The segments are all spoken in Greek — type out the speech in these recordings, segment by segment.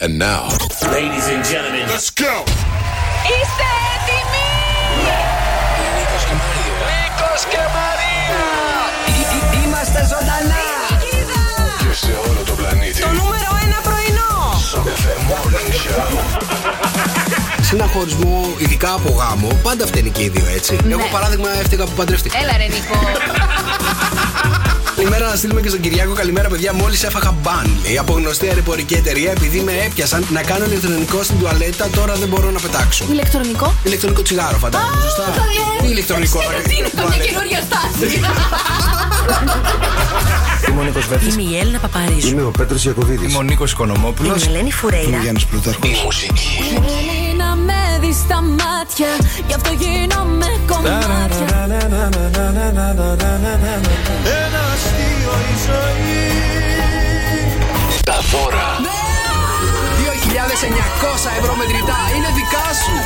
And now, Ladies and gentlemen, let's go! Είστε έτοιμοι! Είμαστε ζωντανά! Κοίτα! Και σε όλο τον πλανήτη. Νούμερο ένα πρωινό! Στον FM Morning Show. Σε ένα χωρισμό, ειδικά από γάμο, πάντα φταίνει και οι δύο έτσι. Εγώ παράδειγμα έφταιγα που παντρεύτηκα. Έλα ρε Νίκο! Καλημέρα να στείλουμε και στον Κυριάκο. Καλημέρα, παιδιά. Μόλις έφαγα μπαν. Λέει από γνωστή αεροπορική εταιρεία, επειδή με έπιασαν να κάνω ηλεκτρονικό στην τουαλέτα, τώρα δεν μπορώ να πετάξω. Ηλεκτρονικό. Ηλεκτρονικό τσιγάρο, φαντάζομαι. Σωστά. Τι ηλεκτρονικό, ρε. Τουαλέτα. στάση. Είμαι ο Νίκος Βέρτη. Είμαι η Έλληνα Παπαρίζου. Είμαι ο Πέτρος Γιακοβίδη. Είμαι ο Νίκος Οικονομόπουλος. Είμαι η Ελένη Φουρέιρα. Γιάννης Πλούταρχος. Θέλει να με δει στα μάτια, γι' αυτό γίνομαι κομμάτια. Τα δώρα Ναι. 2.900 ευρώ μετρητά. Είναι δικά σου.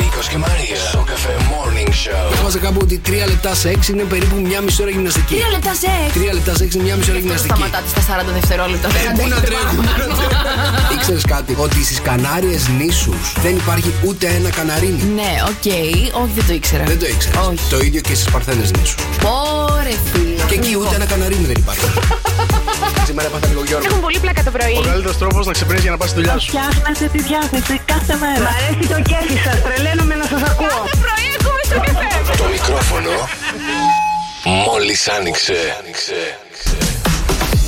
Νίκος και Μαρία. Στο Cafe Morning Show. Διάβαζα κάπου ότι 3 λεπτά σε 6 είναι περίπου μια μισή ώρα γυμναστική. Τρία λεπτά σε έξι. 3 λεπτά σε 6 είναι μια μισή ώρα γυμναστική. Σταματάτε στα 40 δευτερόλεπτα. Ε, Πού να τρέχουμε. Ήξερε κάτι, ότι στις Κανάριες νήσους δεν υπάρχει ούτε ένα καναρίνι. Ναι, οκ, όχι δεν το ήξερα. Δεν το ήξερες. Όχι. Το ίδιο και στις Παρθένες νήσους. Ωρε φίλε. Και εκεί ούτε ένα καναρίνι δεν υπάρχει. Σήμερα έπαθα λίγο Γιώργο. Έχουν πολύ πλάκα το πρωί. Ο καλύτερος τρόπος να ξυπνήσεις για να πας στη δουλειά σου. Φτιάχνετε τη διάθεση κάθε μέρα. Μ' αρέσει το κέφι σας. Τρελαίνομαι να σας ακούω. Κάθε πρωί ακούμε στο καφέ. Το μικρόφωνο μόλις άνοιξε.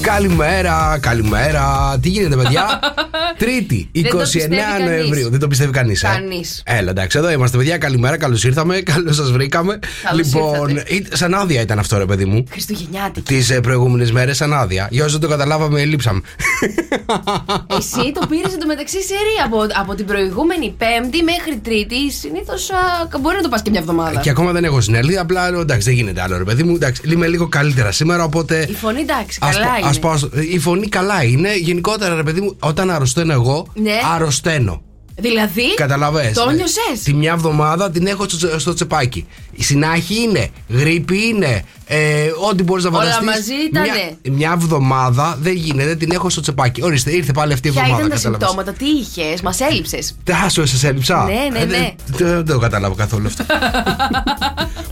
Καλημέρα, καλημέρα. Τι γίνεται, παιδιά. Τρίτη, 29 Δεν το πιστεύει κανείς. Νοεμβρίου. Δεν το πιστεύει κανείς. Ε. Κανείς. Έλα, εντάξει, εδώ είμαστε, παιδιά. Καλημέρα, καλώς ήρθαμε. Καλώς σας βρήκαμε. Καλώς λοιπόν, ήρθατε. ή- σαν άδεια ήταν αυτό, ρε παιδί μου. Χριστουγεννιάτικη. Τις προηγούμενες μέρες σαν άδεια. Για όσου δεν το καταλάβαμε, λείψαμε. Εσύ το πήρες εντωμεταξύ σε ρί από, από την προηγούμενη Πέμπτη μέχρι Τρίτη. Συνήθως μπορεί να το πας και μια εβδομάδα. Και ακόμα δεν έχω συνέλθει. Απλά λέω, εντάξει, δεν γίνεται άλλο ρε παιδί μου. Εντάξει, είμαι λίγο καλύτερα σήμερα, οπότε. Η φωνή εντάξει, ας καλά πα- είναι. ας πάω στο- η φωνή καλά είναι. Γενικότερα, ρε παιδί μου, όταν αρρωσταίνω εγώ, Ναι. αρρωσταίνω. Δηλαδή. Καταλαβες. ναι. Το νιωσέ. Τη μια εβδομάδα την έχω στο, στο τσεπάκι. Η συνάχη είναι, γρήπη είναι, ε, ό,τι μπορείς να Όλα φανταστείς μαζί ήτανε. Μια, μια εβδομάδα δεν γίνεται, την έχω στο τσεπάκι. Ορίστε, ήρθε πάλι αυτή η Ποια εβδομάδα. ήταν τα κατάλαβες. συμπτώματα, τι είχες, μας έλειψες. Τάσο, σα έλειψα. Ναι, ναι, Ε, ναι. δεν- Δεν δεν το κατάλαβα καθόλου αυτό.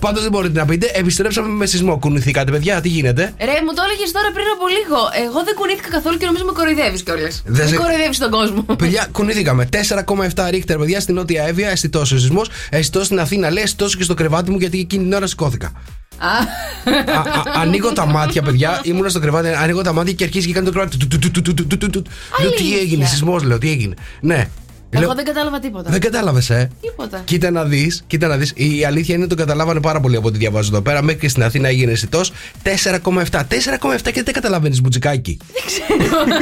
Πάντως δεν μπορείτε να πείτε, επιστρέψαμε με σεισμό. Κουνηθήκατε, παιδιά, τι γίνεται. Ρε, μου το έλεγες τώρα πριν από λίγο. Εγώ δεν κουνήθηκα καθόλου και νομίζω με κοροϊδεύεις κιόλας. Δεν Δεν σε- κοροϊδεύεις τον κόσμο. Παιδιά, κουνηθήκαμε. 4,7 ρίχτερ, παιδιά, στην Νότια Εύβοια, αισθητός ο σεισμός. Αισθητός στην Αθήνα, λέει, αισθητός και στο κρεβάτι μου, γιατί εκείνη την ώρα σηκώθηκα. Α, Α, α, ανοίγω τα μάτια, παιδιά. Ήμουν στο κρεβάτι, ανοίγω τα μάτια και αρχίζει και κάνει το κρεβάτι. Του, του, του, του, του, του, του, του, του. Λέω τι Αλήθεια. έγινε, σεισμός, λέω τι έγινε. Ναι. Λέω, Εγώ δεν κατάλαβα τίποτα. δεν κατάλαβες, ε. Τίποτα. Κοίτα να δεις, κοίτα να δεις. Η αλήθεια είναι ότι τον καταλάβανε πάρα πολύ από ό,τι διαβάζω εδώ πέρα. Μέχρι και στην Αθήνα έγινε αισθητός 4,7. 4,7 και δεν καταλαβαίνεις, μπουτσικάκι.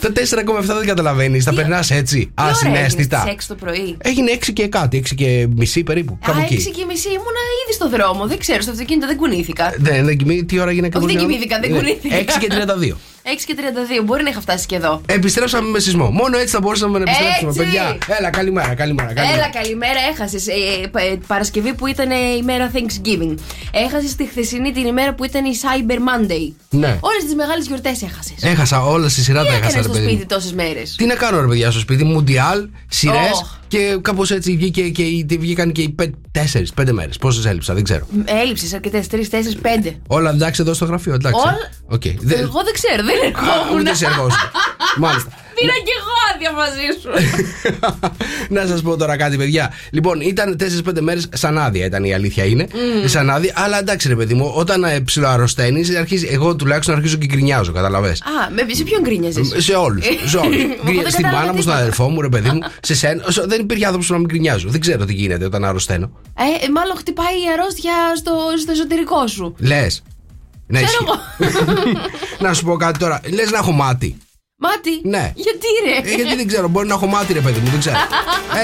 Δεν ξέρω. τα 4,7 δεν καταλαβαίνεις. Τα περνάς έτσι. Τι ώρα έγινε Ασυναίσθητα. στις 6 το πρωί. Έγινε 6 και κάτι, 6 και μισή περίπου. Κάπου Α, εκεί. 6 και μισή ήμουνα ήδη στο δρόμο. Δεν ξέρω, στο αυτοκίνητο δεν κουνήθηκα. 6 Δεν, δεν κοιμήθηκα. ναι, Τι ώρα έγινε ακριβώς, δεν Γιώργο? κοιμήθηκα, δεν Ναι. κουνήθηκα. 6 και 32. και 32, μπορεί να είχα φτάσει και εδώ. Επιστρέψαμε με σεισμό. Μόνο έτσι θα μπορούσαμε να επιστρέψουμε, Έτσι. παιδιά. Έλα, καλημέρα, καλημέρα. καλημέρα. Έλα, καλημέρα, έχασες. Παρασκευή που ήταν ε, η μέρα Thanksgiving. Έχασες τη χθεσινή την ημέρα που ήταν η Cyber Monday. Ναι. Όλες τις μεγάλες γιορτές έχασες. Έχασα όλα στη σειρά Τι τα έχασα, έκανες ρε στο παιδί. μου. σπίτι τόσες μέρες. Τι να κάνω, ρε παιδιά, στο σπίτι. Μουντιάλ, σειρέ. Oh. Και κάπως έτσι βγήκε και, οι- βγήκαν και οι 4-5 μέρες. Πόσες έλειψα, δεν ξέρω. Έλειψες αρκετές, 3, 4, 5. Όλα εντάξει εδώ στο γραφείο, εντάξει. Όλα- Οκ. Δεν- Εγώ Ναι. δεν ξέρω, δεν Α, ερχόμουν. Ούτε σε εργόσουν. Μάλιστα. Πήρα και εγώ άδεια μαζί σου. να σας πω τώρα κάτι, παιδιά. Λοιπόν, ήταν 4-5 μέρες σαν άδεια, ήταν η αλήθεια είναι. Mm. Σαν άδεια, αλλά εντάξει, ρε παιδί μου, όταν ε, ψιλοαρρωσταίνεις, αρχίζει, εγώ τουλάχιστον αρχίζω και γκρινιάζω, καταλαβέ. Α, με, σε ποιον γκρίνιαζε. Σε όλους. Σε όλους. Μα Γκρι- δεν Στην κατάλαβα μάνα μου, στον τίποτα. αδερφό μου, ρε παιδί μου, σε σένα. Σε- Δεν υπήρχε άνθρωπος που να μην γκρινιάζω. Δεν ξέρω τι γίνεται όταν αρρωσταίνω. Ε, ε, μάλλον χτυπάει η αρρώστια στο, στο εσωτερικό σου. Λες. Ναι, Ξέρω ισχύει. να σου πω κάτι τώρα. Λες να έχω μάτι. Μάτι. Ναι. Γιατί Ε, ρε. γιατί δεν ξέρω, μπορεί να έχω μάτι, ρε παιδί μου, δεν ξέρω.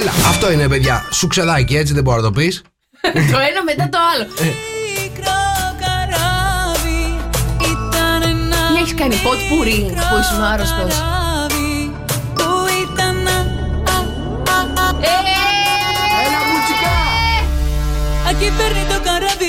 Έλα, αυτό είναι, παιδιά. Σου ξεδάκι, έτσι δεν μπορώ να το πεις. το ένα μετά το άλλο. Ε. Τι έχεις κάνει, ποτ πουρί που ήσουν άρρωστο. Ε. Έλα, μουτσικά! Εκεί παίρνει το καράβι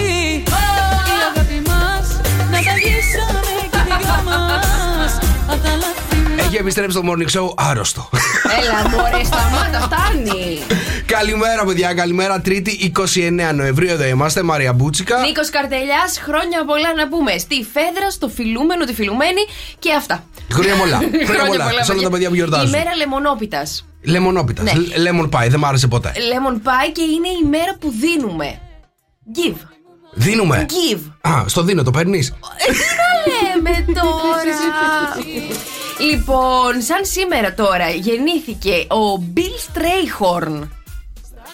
Η αγάπη μας Να τα γυρίσαμε και δυο μας απ' τα λάθη μου. Έχει επιστρέψει το morning show άρρωστο. Έλα, μωρέ, σταμάτα, φτάνει. καλημέρα, παιδιά. Καλημέρα. Τρίτη 29 Νοεμβρίου εδώ είμαστε. Μαρία Μπούτσικα. Νίκος Καρτελιάς, χρόνια πολλά να πούμε. Στη Φέδρα, στο φιλούμενο, τη φιλουμένη και αυτά. Χρόνια πολλά. Χρόνια πολλά. Σε όλα παιδιά. τα παιδιά που γιορτάζουν. Ημέρα λεμονόπιτας. Λεμονόπιτας. Ναι. Ε, Λ- Lemon pie. Δεν μ' άρεσε ποτέ. Lemon pie και είναι η μέρα που δίνουμε. Give. Δίνουμε. Give. Α, στο δίνω, το παίρνεις. Ε, Τι να λέμε τώρα. λοιπόν, σαν σήμερα τώρα γεννήθηκε ο Bill Strayhorn.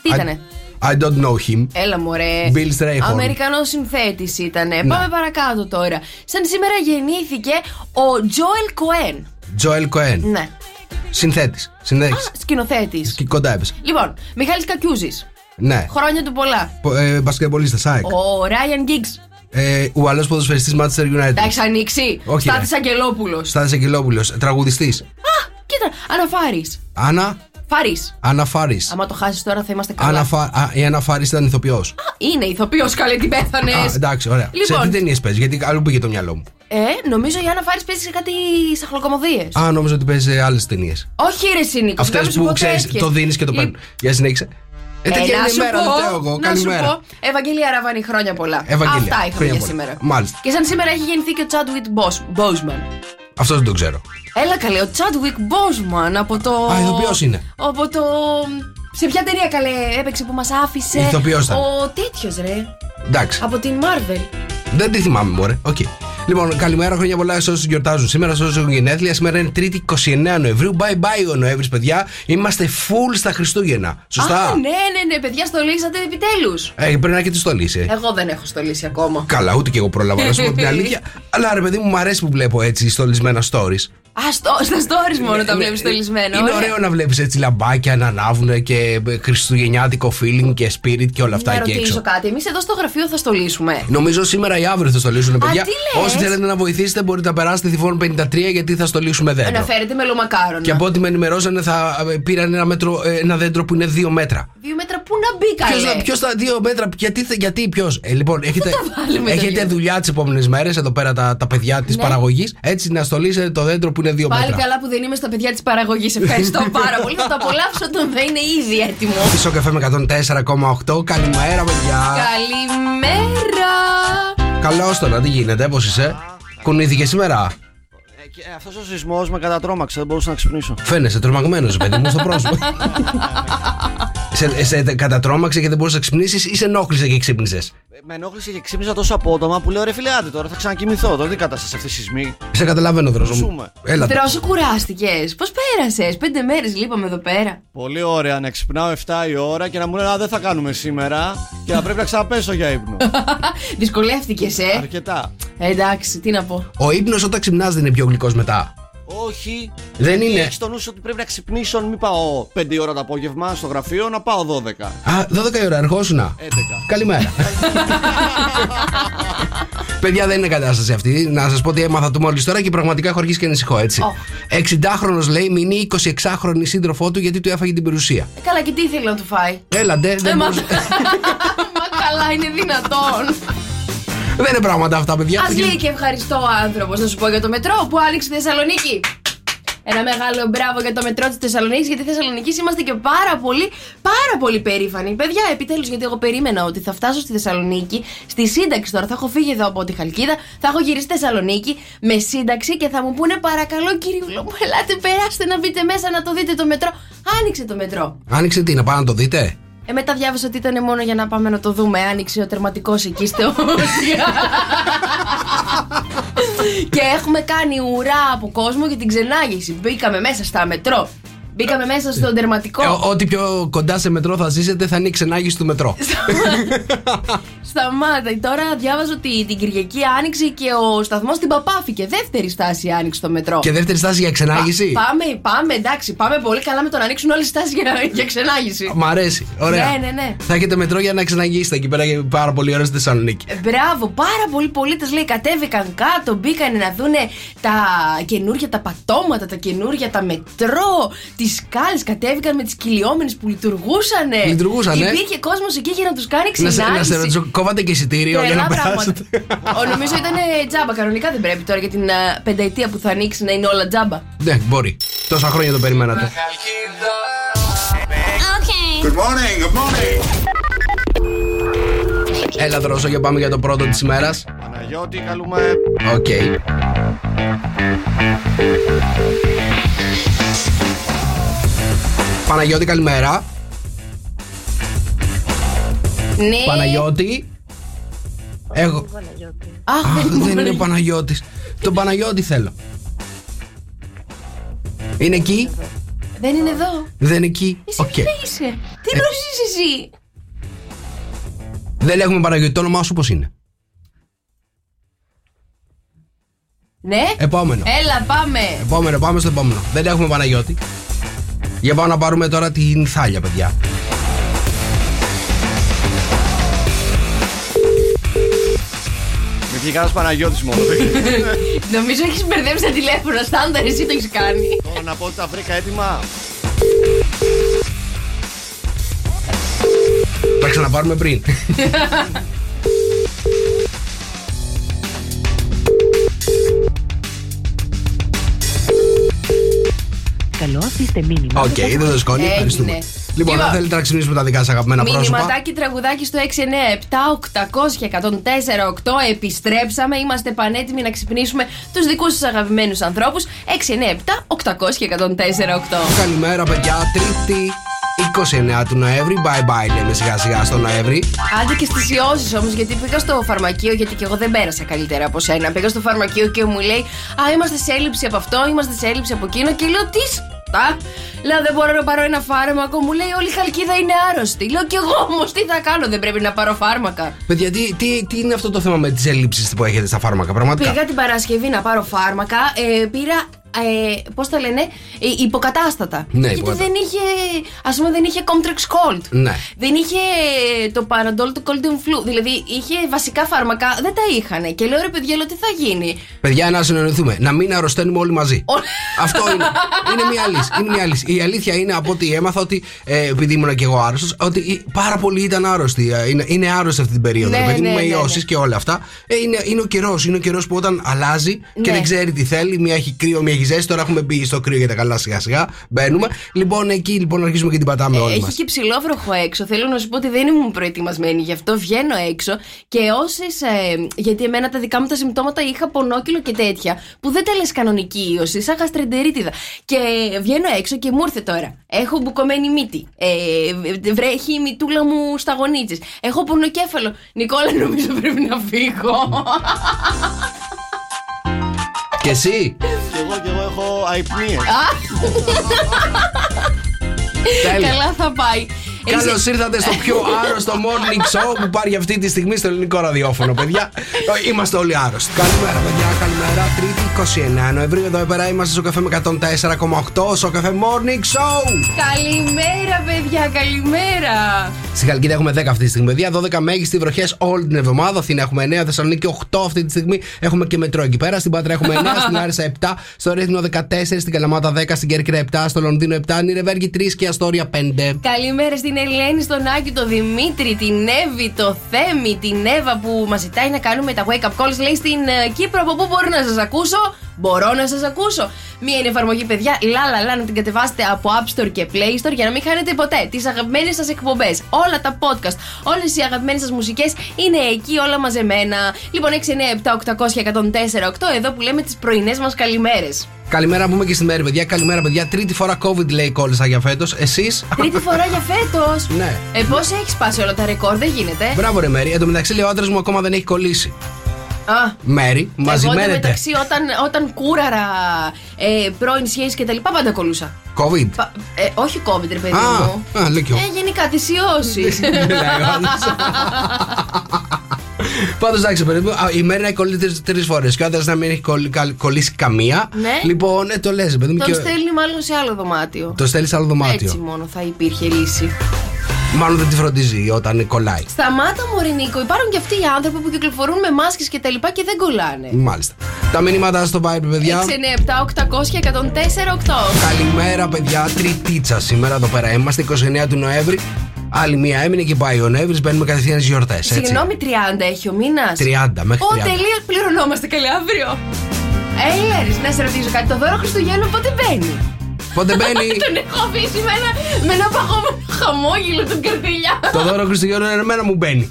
Τι ήτανε. Ε. I don't know him. Έλα μωρέ. Bill Strayhorn. Ναι. Αμερικανός συνθέτης ήταν. Πάμε παρακάτω τώρα. Σαν σήμερα γεννήθηκε ο Joel Cohen. Joel Cohen. Ναι. Συνθέτης. Α, Συνθέτη. σκηνοθέτη. Και κοντά έπεσε. Λοιπόν, Μιχάλης Κακιούζης Ναι. Χρόνια του πολλά. Πο- Ε, Μπασκετμπολίστας, ΑΕΚ. Ο Ράιαν Γκίγκς Ε, Ουαλό ποδοσφαιριστή Manchester United. Εντάξει, ανοίξει. Όχι, Στάθης ρε. Αγγελόπουλος Στάδε Εκυλόπουλο. Τραγουδιστής. Α, κοίτα, Αναφάρης Άνα. Φάρης Αναφάρη. Άμα το χάσεις τώρα θα είμαστε καλά. Η Αναφάρη ήταν ηθοποιός. Α, Είναι ηθοποιός καλή, την πέθανες Εντάξει, ωραία. Σε τι Λοιπόν, ταινίες παίζει, γιατί αλλού πήγε το μυαλό μου. ε, νομίζω η Άννα Φάρης παίζει σε κάτι σαχλοκομωδίες Α, νόμιζα ότι παίζει σε άλλες ταινίες. Όχι ρε Σινίκο, Αυτές που ξέρει, το δίνεις και το παίρνεις. Για συνέχισε. Ε, τέτοια είναι η μέρα, δεν το έχω εγώ. να σου Καλημέρα. πω, Ευαγγελία Ραβάνη, χρόνια πολλά. Ευαγγελία, Αυτά είχαμε χρόνια για πολλά. σήμερα. Μάλιστα. Και σαν σήμερα έχει γεννηθεί και ο Τσάντουιτ Μπόσμαν. Αυτό δεν το ξέρω. Έλα καλέ, ο Chadwick Boseman από το. Α, ηθοποιός είναι. Από το. Σε ποια ταινία καλέ έπαιξε που μας άφησε. Ηθοποιός ήταν. Ο τέτοιος ρε. Εντάξει. Από την Marvel. Δεν τη θυμάμαι, μωρέ. Οκ. Λοιπόν, καλημέρα, χρόνια πολλά σε όσους γιορτάζουν σήμερα, σε όσους έχουν γενέθλια. Σήμερα είναι 3η 29 Νοεμβρίου. Bye bye ο Νοέμβρης, παιδιά. Είμαστε full στα Χριστούγεννα. Σωστά. Α, ναι, ναι, ναι, παιδιά, στολίσατε επιτέλους. Ε, πρέπει να και τη στολίσει. ε. Εγώ δεν έχω στολίσει ακόμα. Καλά, ούτε και εγώ πρόλαβα να σου ε, πω την αλήθεια. Αλλά ρε, παιδί μου, μου αρέσει που βλέπω έτσι στολισμένα stories. Α, στο, στα stories μόνο τα βλέπει στολισμένα. Ναι, Είναι ωραία. ωραίο να βλέπεις έτσι λαμπάκια να ανάβουν και ε, χριστουγεννιάτικο feeling και spirit και όλα αυτά Να εκεί ρωτήσω έξω. Ναι, κάτι. Εμείς εδώ στο γραφείο θα στολίσουμε. Νομίζω σήμερα ή αύριο θα στολίσουν, παιδιά. τι λες? Όσοι θέλετε να βοηθήσετε, μπορείτε να περάσετε τη φόρμα 53 γιατί θα στολίσουμε δέντρο. Να φέρετε μελομακάρονα. ναι. Και από ό,τι με ενημερώσανε, θα ε, πήραν ένα, μέτρο, ε, ένα δέντρο που είναι δύο μέτρα. Δύο μέτρα πού να μπει καλέ. Ποιο τα ποιος τα δύο μέτρα, γιατί, θε- γιατί ποιος. Ε, λοιπόν, έχετε, τα βάλει με τα έχετε δύο. δουλειά τις επόμενες μέρες εδώ πέρα τα, τα παιδιά της Ναι. παραγωγής. Έτσι να στολίσετε το δέντρο που είναι δύο Πάλι μέτρα. καλά που δεν είμαι στα παιδιά της παραγωγής. Ευχαριστώ πάρα πολύ. Θα το απολαύσω όταν θα είναι ήδη έτοιμο. Πίσω καφέ με 104,8. Καλημέρα, παιδιά. Καλημέρα! Καλώς το να, τι γίνεται, πώς είσαι. Κουνήθηκε σήμερα. Ε, Αυτός ο σεισμός με κατατρώμαξε, δεν μπορούσα να ξυπνήσω. Φαίνεσαι τρομαγμένος, παιδί μου, στο πρόσωπο. σε, σε κατατρώμαξε και δεν μπορούσες να ξυπνήσεις ή σε ενόχλησε και ξύπνησες. Ε, Με ενόχλησε και ξύπνησα τόσο απότομα που λέω ρε φίλε, άντε τώρα θα ξανακοιμηθώ. Τώρα τι κατάσταση αυτή τη σεισμή. Σε καταλαβαίνω, δρόσο μου. Ζούμε. Έλα. Τρόσο κουράστηκες. Πώς πέρασες, Πέντε μέρες λείπαμε εδώ πέρα. Πολύ ωραία να ξυπνάω 7 η ώρα και να μου λένε Α, δεν θα κάνουμε σήμερα και να πρέπει να ξαναπέσω για ύπνο. Δυσκολεύτηκες, ε. Αρκετά. Εντάξει, τι να πω. Ο ύπνος όταν ξυπνάς δεν είναι πιο γλυκός μετά. Όχι. Δεν είναι. Έχεις στο νου σου ότι πρέπει να ξυπνήσω, μην πάω 5 η ώρα το απόγευμα στο γραφείο, να πάω 12. 11. Α, 12 η ώρα, ερχόσουνα. Καλημέρα. Παιδιά, δεν είναι κατάσταση αυτή. Να σας πω ότι έμαθα του μόλις τώρα και πραγματικά έχω αρχίσει και ανησυχώ, έτσι. Oh. 60χρονο λέει μηνύει 26χρονη σύντροφό του γιατί του έφαγε την περιουσία. Ε, Καλά, και τι ήθελε να του φάει. Έλα, ντε, δεν, Ε, μα... μπορούσε- μα καλά, είναι δυνατόν. δεν είναι πράγματα αυτά, παιδιά. Ας λέει και ευχαριστώ ο άνθρωπος, να σου πω για το μετρό που άνοιξε στη Θεσσαλονίκη. Ένα μεγάλο μπράβο για το μετρό της Θεσσαλονίκης, γιατί Θεσσαλονίκη είμαστε και πάρα πολύ, πάρα πολύ περήφανοι. Παιδιά, επιτέλους, γιατί εγώ περίμενα ότι θα φτάσω στη Θεσσαλονίκη, στη σύνταξη τώρα. Θα έχω φύγει εδώ από τη Χαλκίδα, θα έχω γυρίσει στη Θεσσαλονίκη με σύνταξη και θα μου πούνε παρακαλώ, κύριε μου, ελάτε, περάστε να μπείτε μέσα να το δείτε το μετρό. Άνοιξε το μετρό. Άνοιξε τι, να πάω να το δείτε. Ε, μετά διάβασα ότι ήταν μόνο για να πάμε να το δούμε. Άνοιξε ο τερματικός εκεί στο. και έχουμε κάνει ουρά από κόσμο για την ξενάγηση. Μπήκαμε μέσα στα μετρό. Μπήκαμε μέσα στον τερματικό. Ε, ό- ό,τι πιο κοντά σε μετρό θα ζήσετε θα είναι η ξενάγηση του μετρό. Σταμάτα. Τώρα διάβαζα ότι την Κυριακή άνοιξε και ο σταθμός στην Παπάφη. Και δεύτερη στάση άνοιξε το μετρό. και δεύτερη στάση για ξενάγηση. Πα- πάμε, πάμε, εντάξει. Πάμε πολύ καλά με το να ανοίξουν όλες τι στάσεις για, για ξενάγηση. Μ' αρέσει. Ωραία. Ναι, ναι, ναι. Θα έχετε μετρό για να ξεναγήσετε εκεί πέρα για πάρα πολύ ωραία στη Θεσσαλονίκη. Ε, Μπράβο, πάρα πολλοί πολίτες λέει κατέβηκαν κάτω, μπήκαν να δούνε τα καινούργια τα πατώματα, τα καινούργια τα μετρό, τις σκάλες, κατέβηκαν με τις κυλιόμενες που λειτουργούσαν. Λειτουργούσανε. Υπήρχε κόσμος εκεί για να τους κάνει Να σε, να σε ξυνάρι. ρωτήσω, κόβατε και εισιτήριο για να περάσετε. Ο, νομίζω ήταν ε, τζάμπα. Κανονικά δεν πρέπει τώρα για την α, πενταετία που θα ανοίξει να είναι όλα τζάμπα. Ναι, μπορεί. Τόσα χρόνια το περιμένατε. Good morning, good morning. Έλα, δρόσο και πάμε για το πρώτο της ημέρας. Παναγιώτη, καλούμε. Οκ. Παναγιώτη, καλημέρα. Ναι. Παναγιώτη. Εγώ. Αχ, Αχ, δεν δεν είναι μπορεί. ο Παναγιώτης. Τον Παναγιώτη θέλω. Είναι εκεί, Δεν είναι εδώ. δεν είναι εκεί. Εσύ Οκ. okay. ποια είσαι. Τι ε... είσαι εσύ. Δεν έχουμε Παναγιώτη, το όνομά σου πώς είναι. Ναι. Επόμενο. Έλα, πάμε. Επόμενο, πάμε στο επόμενο. Δεν έχουμε Παναγιώτη. Για πάμε να πάρουμε τώρα την Θάλια, παιδιά. Μην βγει κανένα Παναγιώτης μόνο. Νομίζω έχεις μπερδέψει τα τηλέφωνα. Στάνταρ, εσύ το έχεις κάνει. Τώρα να πω ότι τα βρήκα έτοιμα. Θα ξαναπάρουμε πριν. Καλό, αφήστε μήνυμα. Οκ, δεν το σκόνη. Έγινε. Ευχαριστούμε. Λοιπόν, αν Λοιπόν. θέλετε να ξυπνήσουμε τα δικά σας αγαπημένα πρόσωπα. Μηνυματάκι τραγουδάκι στο 697-800-1048. Επιστρέψαμε. Είμαστε πανέτοιμοι να ξυπνήσουμε τους δικούς σας αγαπημένους ανθρώπους. 697-800-1048. Καλημέρα, παιδιά. Τρίτη 29 του Νοέμβρη. Bye bye, λέμε σιγά σιγά στο Νοέμβρη. Άντε και στις ιώσεις όμως, γιατί πήγα στο φαρμακείο, γιατί και εγώ δεν πέρασα καλύτερα από σένα. Πήγα στο φαρμακείο και μου λέει Α, είμαστε σε έλλειψη από αυτό, είμαστε σε έλλειψη από εκείνο. Και λέω Τι τα. Λέω δεν μπορώ να πάρω ένα φάρμακο. Μου λέει Όλη η χαλκίδα είναι άρρωστη. Λέω και εγώ όμως τι θα κάνω, δεν πρέπει να πάρω φάρμακα. Παιδιά, τι, τι, τι είναι αυτό το θέμα με τις ελλείψει που έχετε στα φάρμακα, πραγματικά. Πήγα την Παρασκευή να πάρω φάρμακα. ε, πήρα. Ε, Πώς τα λένε, ε, υποκατάστατα. Ναι, Γιατί υποκατάστατα. δεν είχε. Ας πούμε, δεν είχε Comtrex Cold. Ναι. Δεν είχε ε, το Panadol, το Cold and Flu. Δηλαδή, είχε βασικά φάρμακα, δεν τα είχαν. Και λέω ρε παιδιά, λέω τι θα γίνει. Παιδιά, να συνεννοηθούμε. Να μην αρρωσταίνουμε όλοι μαζί. Όλα. Αυτό είναι. Είναι μια λύση. Είναι μια λύση. Η αλήθεια είναι από ό,τι έμαθα ότι. Ε, επειδή ήμουν και εγώ άρρωστος, ότι οι- πάρα πολλοί ήταν άρρωστοι. Ε, Είναι, είναι άρρωστοι αυτή την περίοδο. Ναι, επειδή ναι, με ναι, ναι. ιώσεις και όλα αυτά. Ε, είναι, είναι ο καιρός. Είναι ο καιρός που όταν αλλάζει και Ναι. δεν ξέρει τι θέλει. Μία έχει κρύο, μία έχει ζέστη. Τώρα έχουμε μπει στο κρύο για τα καλά σιγά σιγά. Μπαίνουμε. Λοιπόν, εκεί λοιπόν αρχίζουμε και την πατάμε όλοι μα. Ε, Έχει και ψηλόβροχο έξω. Θέλω να σου πω ότι δεν ήμουν προετοιμασμένη γι' αυτό. Βγαίνω έξω και όσες. γιατί εμένα τα δικά μου τα συμπτώματα είχα πονόκυλο και τέτοια. Που δεν τα λες κανονική ίωση, σαν γαστρεντερίτιδα. Και βγαίνω έξω και μου ήρθε τώρα. Έχω μπουκωμένη μύτη. Ε, βρέχει η μητούλα μου στα γονίτσες. Έχω πονοκέφαλο. Νικόλα, νομίζω πρέπει να φύγω. Και εσύ. Και εγώ και εγώ έχω αϊπνίε. Τέλεια. Καλά θα πάει. Καλώ Εσύ- ήρθατε στο πιο άρρωστο morning show που πάρει αυτή τη στιγμή στο ελληνικό ραδιόφωνο, παιδιά. Ε, Είμαστε όλοι άρρωστοι. Καλημέρα, παιδιά, καλημέρα. Τρίτη 29 Νοεμβρίου, εδώ πέρα είμαστε στο καφέ με 104,8 στο καφέ morning show. Καλημέρα, παιδιά, καλημέρα. Στη Χαλκίδα έχουμε 10 αυτή τη στιγμή, παιδιά. 12 μέγιστη βροχές όλη την εβδομάδα. Αθήνα έχουμε 9, Θεσσαλονίκη 8 αυτή τη στιγμή. Έχουμε και μετρό εκεί πέρα. Στην Πάτρα έχουμε 9, στην Άρισα 7, στο Ρέθινο 14, στην Καλαμάτα 10, στην Κέρκυρα 7, στο Λονδίνο 7, Νιρεβέργη 3 και Αστόρια 5. Καλημέρα στην Ελένη, στον Άκη, τον Δημήτρη, την Εύη, το Θέμη, την Εύα που μας ζητάει να κάνουμε τα wake up calls. Λέει στην ε, Κύπρο από πού μπορώ να σας ακούσω. Μπορώ να σας ακούσω. Μία είναι εφαρμογή, παιδιά. Λα, λα, λα, να την κατεβάσετε από App Store και Play Store για να μην χάνετε ποτέ τις αγαπημένες σας εκπομπές. Όλα τα podcast, όλες οι αγαπημένες σας μουσικές είναι εκεί όλα μαζεμένα. Λοιπόν, 697-800-1048, εδώ που λέμε τις πρωινές μας καλημέρες. Καλημέρα πούμε και στη Μέρη, παιδιά. Καλημέρα, παιδιά. Τρίτη φορά COVID λέει κόλλησα για φέτος. Εσείς. Τρίτη φορά για φέτος. Ναι. Ε, πώς έχεις σπάσει όλα τα ρεκόρ, δεν γίνεται. Μπράβο, ρε Μέρη. Εν τω μεταξύ, λέει ο άντρας μου ακόμα δεν έχει κολλήσει. Α, Μέρη, μαζί Εγώ εν τω μένετε. μεταξύ, όταν, όταν κούραρα ε, πρώην σχέση και τα λοιπά, πάντα κολούσα. COVID. Πα- ε, όχι COVID, ρε παιδί μου. Α, Ναι, α, λέει και ο. Ε, γενικά τι ιώσει. Πάντως εντάξει, περίπου. α, η Μέρη να έχει κολλήσει τρεις φορές και ο άντρας να μην έχει κολλ- καλ- κολλήσει καμία. Ναι. Λοιπόν, ε, το λες, παιδί μου. Τον και- στέλνει μάλλον σε άλλο δωμάτιο. Το στέλνεις σε άλλο δωμάτιο. Έτσι μόνο θα υπήρχε λύση. Μάλλον δεν τη φροντίζει όταν κολλάει. Σταμάτα μου, Νίκο. Υπάρχουν και αυτοί οι άνθρωποι που κυκλοφορούν με μάσκες και τα λοιπά και δεν κολλάνε. Μάλιστα. Τα μηνύματα στο Viber, παιδιά. 697 800 1048. Καλημέρα, παιδιά. Τριτίτσα σήμερα εδώ πέρα. Είμαστε 29 του Νοέμβρη. Άλλη μία έμεινε και πάει ο Νοέμβρης. Μπαίνουμε κατευθείαν στις γιορτές. Συγγνώμη, 30 έχει ο μήνας. 30 μέχρι Ω, 30. τελείως πληρωνόμαστε καλή αύριο. Έλερη, να σε ρωτήσω κάτι. Το δώρο Χριστουγέννου πότε μπαίνει. Ε, Πότε μπαίνει. Τον έχω αφήσει με ένα, με ένα παγωμένο χαμόγελο τον καρδιλιά. Το δώρο Χριστουγέννων εμένα μου μπαίνει.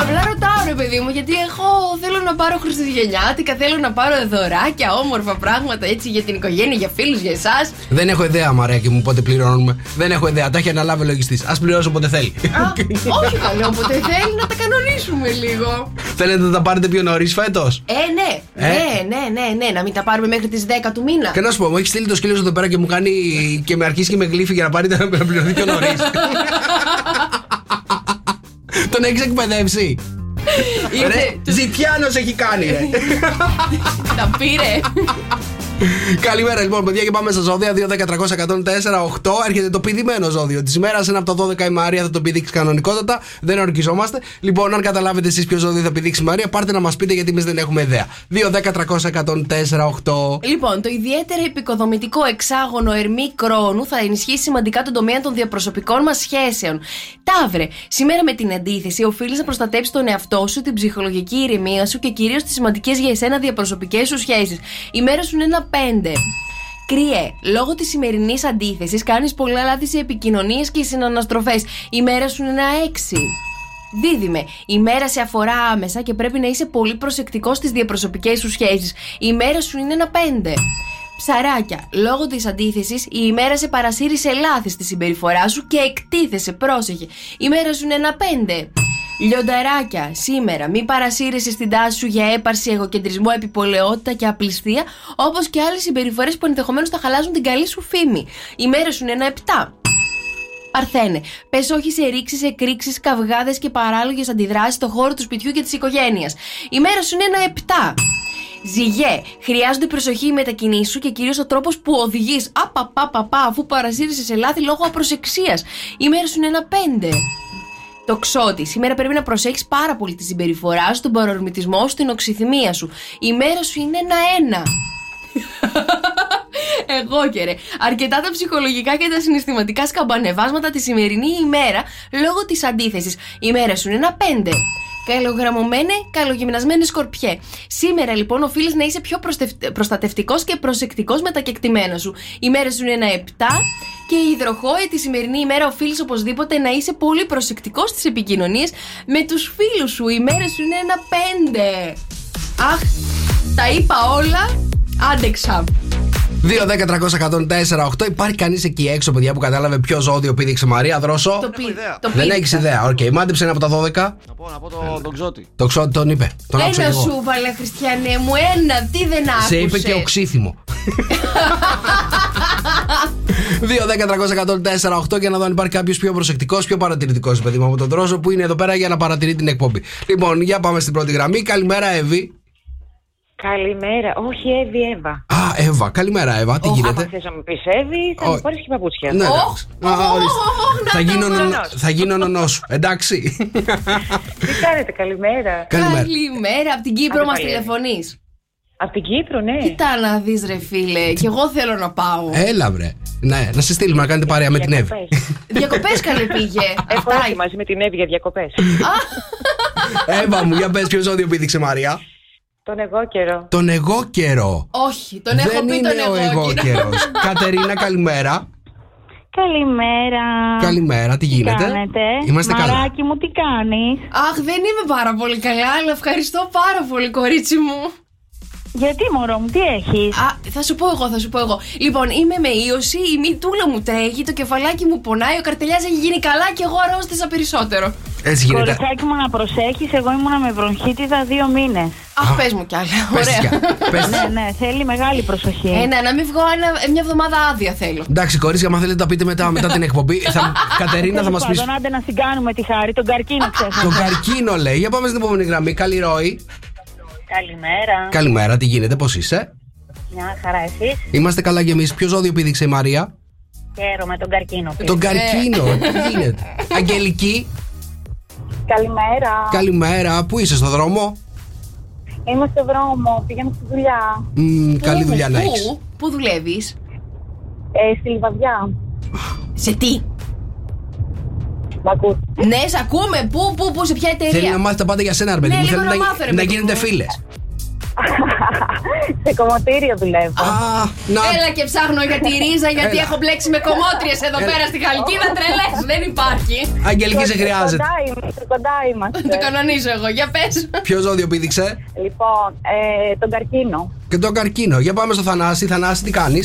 Απλά ρωτάω ρε παιδί μου, γιατί εγώ θέλω να πάρω Χριστουγεννιάτικα, θέλω να πάρω δωράκια, όμορφα πράγματα έτσι για την οικογένεια, για φίλους, για εσάς. Δεν έχω ιδέα, Μαρέκη μου, πότε πληρώνουμε. Δεν έχω ιδέα. Τα έχει αναλάβει ο λογιστής. Ας πληρώσω όποτε θέλει. Όχι καλό, οπότε θέλει να τα κανονίσουμε λίγο. Θέλετε να τα πάρετε πιο νωρίς φέτος. Ε, ναι, Ε. ναι, ναι, ναι, ναι, να μην τα πάρουμε μέχρι τις 10 του μήνα. Και να σου πω, μου έχει στείλει το σκύλο εδώ πέρα και μου κάνει και με αρχίσει και με γλύφει για να πάρει να πληρωθεί πιο νωρίς. Τον έχεις εκπαιδεύσει. Ρε, Ήρθε, Ναι, τους Ζητιάνος έχει κάνει, ρε. τα πήρε. Καλημέρα λοιπόν, παιδιά, και πάμε στα ζώδια. 2-10-300-104-8. Έρχεται το πηδημένο ζώδιο της ημέρας. Ένα από τα 12 η Μαρία θα το πηδήξει κανονικότατα. Δεν ορκιζόμαστε. Λοιπόν, αν καταλάβετε εσείς ποιο ζώδιο θα πηδήξει η Μαρία, πάρτε να μας πείτε γιατί εμείς δεν έχουμε ιδέα. 2-10-300-104-8. Λοιπόν, το ιδιαίτερα επικοδομητικό εξάγωνο Ερμή Κρόνου θα ενισχύσει σημαντικά τον τομέα των διαπροσωπικών μας σχέσεων. Ταύρε, σήμερα με την αντίθεση, οφείλεις να προστατέψεις τον εαυτό σου, την ψυχολογική ηρεμία σου και κυρίως τις σημαντικές για εσένα διαπροσωπικές σου σχέσεις. Η μέρα σου είναι ένα πέντε. Κρυέ, λόγω της σημερινής αντίθεσης, κάνεις πολλά λάθη σε επικοινωνίες και συναναστροφές. Η μέρα σου είναι ένα έξι. Δίδυμε, η μέρα σε αφορά άμεσα και πρέπει να είσαι πολύ προσεκτικός στις διαπροσωπικές σου σχέσεις. Η μέρα σου είναι ένα πέντε. Ψαράκια, λόγω της αντίθεσης, η ημέρα σε παρασύρει σε λάθη στη συμπεριφορά σου και εκτίθεσαι, πρόσεχε. Η μέρα σου είναι ένα πέντε. Λιονταράκια, σήμερα μη παρασύρεσαι στην τάση σου για έπαρση, εγωκεντρισμό, επιπολαιότητα και απληστία, όπως και άλλες συμπεριφορές που ενδεχομένως θα χαλάζουν την καλή σου φήμη. Η μέρα σου είναι ένα επτά. Παρθένε, πες όχι σε ρήξεις, εκρήξεις, καυγάδες και παράλογες αντιδράσεις στον χώρο του σπιτιού και της οικογένειας. Η μέρα σου είναι ένα 7. Ζυγέ, χρειάζονται προσοχή οι μετακινήσεις σου και κυρίως ο τρόπος που οδηγείς. Απαπαπαπα, αφού παρασύρεσαι σε λάθη λόγω απροσεξίας. Η μέρα σου είναι ένα 5. Το ξότι. Σήμερα πρέπει να προσέχεις πάρα πολύ τη συμπεριφορά σου, τον παρορμητισμό σου, την οξυθυμία σου. Η μέρα σου είναι ένα-ένα. Εγώ και ρε. Αρκετά τα ψυχολογικά και τα συναισθηματικά σκαμπανεβάσματα τη σημερινή ημέρα λόγω της αντίθεσης. Η μέρα σου είναι ένα πέντε. Καλογραμμωμένε, καλογυμνασμένε σκορπιέ. Σήμερα λοιπόν οφείλεις να είσαι πιο προστατευτικός και προσεκτικός με τα κεκτημένα σου. Η μέρα σου είναι ένα 7. Και η υδροχόη τη σημερινή ημέρα οφείλεις οπωσδήποτε να είσαι πολύ προσεκτικός στις επικοινωνίες με τους φίλους σου. Η μέρα σου είναι ένα 5. Αχ, τα είπα όλα. Άντεξα. 2-10-300-104-8. Υπάρχει κανείς εκεί έξω, παιδιά, που κατάλαβε ποιο ζώδιο πήδηξε Μαρία Δρόσο. Το πι- ιδέα. το Δεν πι- έχεις ιδέα. Οκ, μάντεψε ένα από τα 12. Να πω, να πω το, τον ξότη. Το ξέρω ότι τον είπε. Τον άκουσα κι Ένα εγώ. σου βάλε, Χριστιανέ μου, ένα, τι δεν άκουσες Σε είπε και οξύθυμο. 2-10-300-104-8 για να δω αν υπάρχει κάποιος πιο προσεκτικός, πιο παρατηρητικός παιδί μου από τον Τρόζο που είναι εδώ πέρα για να παρατηρεί την εκπομπή. Λοιπόν, για πάμε στην πρώτη γραμμή. Καλημέρα, Εύη. Καλημέρα. Όχι, Εύη, Εύα. Α, Εύα, καλημέρα, Εύα. Τι Ε, γίνεται. Άμα θες να μου πεις Εύη, θα Ω. μου πάρεις και παπούτσια. Ναι, Οχ, εντάξει. Α, οχ, οχ, ορίστε. οχ, να Θα το γίνω βρω. νονο- Θα γίνω νονός σου. Εντάξει. Τι κάνετε, καλημέρα. Καλημέρα. Καλημέρα, από την Κύπρο Άντε μας πάλι, ε. τηλεφωνεί. Απ' την Κύπρο, ναι. Κοίτα να δεις, ρε φίλε, και εγώ θέλω να πάω. Έλα, βρε. Ναι, να σε στείλουμε να κάνετε παρέα με την Εύη. Διακοπές. Διακοπές καλέ πήγε. Έχω Αυτά. έρθει μαζί με την Εύη για διακοπές. Εύα μου, για πες ποιος ζώδιο πήδηξε Μαρία. Τον εγώ καιρό. Τον εγώ καιρό. Όχι, τον έχω Δεν πει είναι τον ο εγώ. εγώ κύριο. καιρός. Κατερίνα, καλημέρα. Καλημέρα. Καλημέρα, τι γίνεται. Κάνετε. Είμαστε καλά. Μαράκι μου, τι κάνεις Αχ, δεν είμαι πάρα πολύ καλά, αλλά ευχαριστώ πάρα πολύ, κορίτσι μου. Γιατί, μωρό μου, τι έχεις Α, θα σου πω εγώ, θα σου πω εγώ. Λοιπόν, είμαι με ίωση, η μητούλα μου τρέχει, το κεφαλάκι μου πονάει, ο καρτελιάς έχει γίνει καλά και εγώ αρρώστησα περισσότερο. Έτσι γίνεται. Κοριτσάκι μου να προσέχεις Εγώ ήμουνα με βροχίτιδα δύο μήνες Αχ, πες μου κι άλλα. Πες της Ωραία. κι- πες της. Ναι, ναι, θέλει μεγάλη προσοχή. Ε, Ένα, Ε, ναι, να μην βγω ένα- μια εβδομάδα άδεια θέλω. Εντάξει, κορίτσια, άμα θέλετε τα πείτε μετά, μετά την εκπομπή. Θα, Κατερίνα θα Τέλος μα πεις. πάντων, άντε να συγκάνουμε τη χάρη, τον καρκίνο ξέχασα. Το καρκίνο λέει. Για πάμε στην επόμενη γραμμή. Καλή ροή. Καλημέρα. Καλημέρα, τι γίνεται, πώς είσαι. Μια χαρά, εσείς Είμαστε καλά κι εμείς. Ποιο ζώδιο πήδηξε η Μαρία. Χαίρομαι τον καρκίνο. Ε, Τον Ε, καρκίνο, τι γίνεται. Αγγελική, Καλημέρα. καλημέρα, πού είσαι, στο δρόμο. Είμαι στο δρόμο, πηγαίνω στη δουλειά. Μμμ, καλή Πού, δουλειά να πού, έχεις. Πού δουλεύεις, Ε, στη Λιβαδιά. σε τι. Μ' ακούς. Ναι, σε ακούμε. Πού, πού, πού, σε ποια Θέλει να εταιρεία. μάθει τα πάντα για σένα, ρε παιδί Ναι, μου. λίγο Θέλει να μάθω, ρε να παιδί γίνετε μου. φίλες. Σε κομμωτήριο δουλεύω. Α, να. Έλα και ψάχνω για τη ρίζα γιατί Έλα. έχω μπλέξει με κομμότριες εδώ Έλα. πέρα στη Χαλκίδα. Τρελέ, δεν υπάρχει. Αγγελική, σε Στο- χρειάζεται. Ε, Κοντά είμαστε, κοντά Το είμαστε. κανονίζω εγώ. Για πες. Ποιο ζώδιο πήδηξε Λοιπόν, ε, τον καρκίνο. και τον καρκίνο. Για πάμε στο Θανάση. Θανάση, τι κάνεις.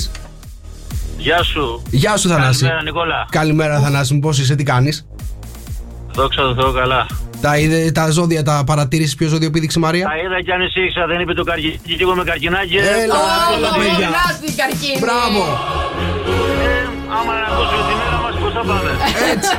Γεια σου. Γεια σου, Θανάση. Καλημέρα, Νικόλα. Καλημέρα, Θανάση μου. Πώς είσαι, τι κάνεις. Δόξα τω Θεώ, καλά. Τα, είδε, τα ζώδια τα παρατήρησες. Ποιο ζώδιο πήδηξε η Μαρία. Τα είδα κι ανησύχησα, δεν είπε το καρκινάκι και εγώ με καρκινάκι. ε. Έλα, Α, ρε, ε, παιδιά. Γράφει καρκίνη. Μπράβο. Ε, Άμα να ακούσουμε τη μέρα μας, πώς θα πάμε. Έτσι.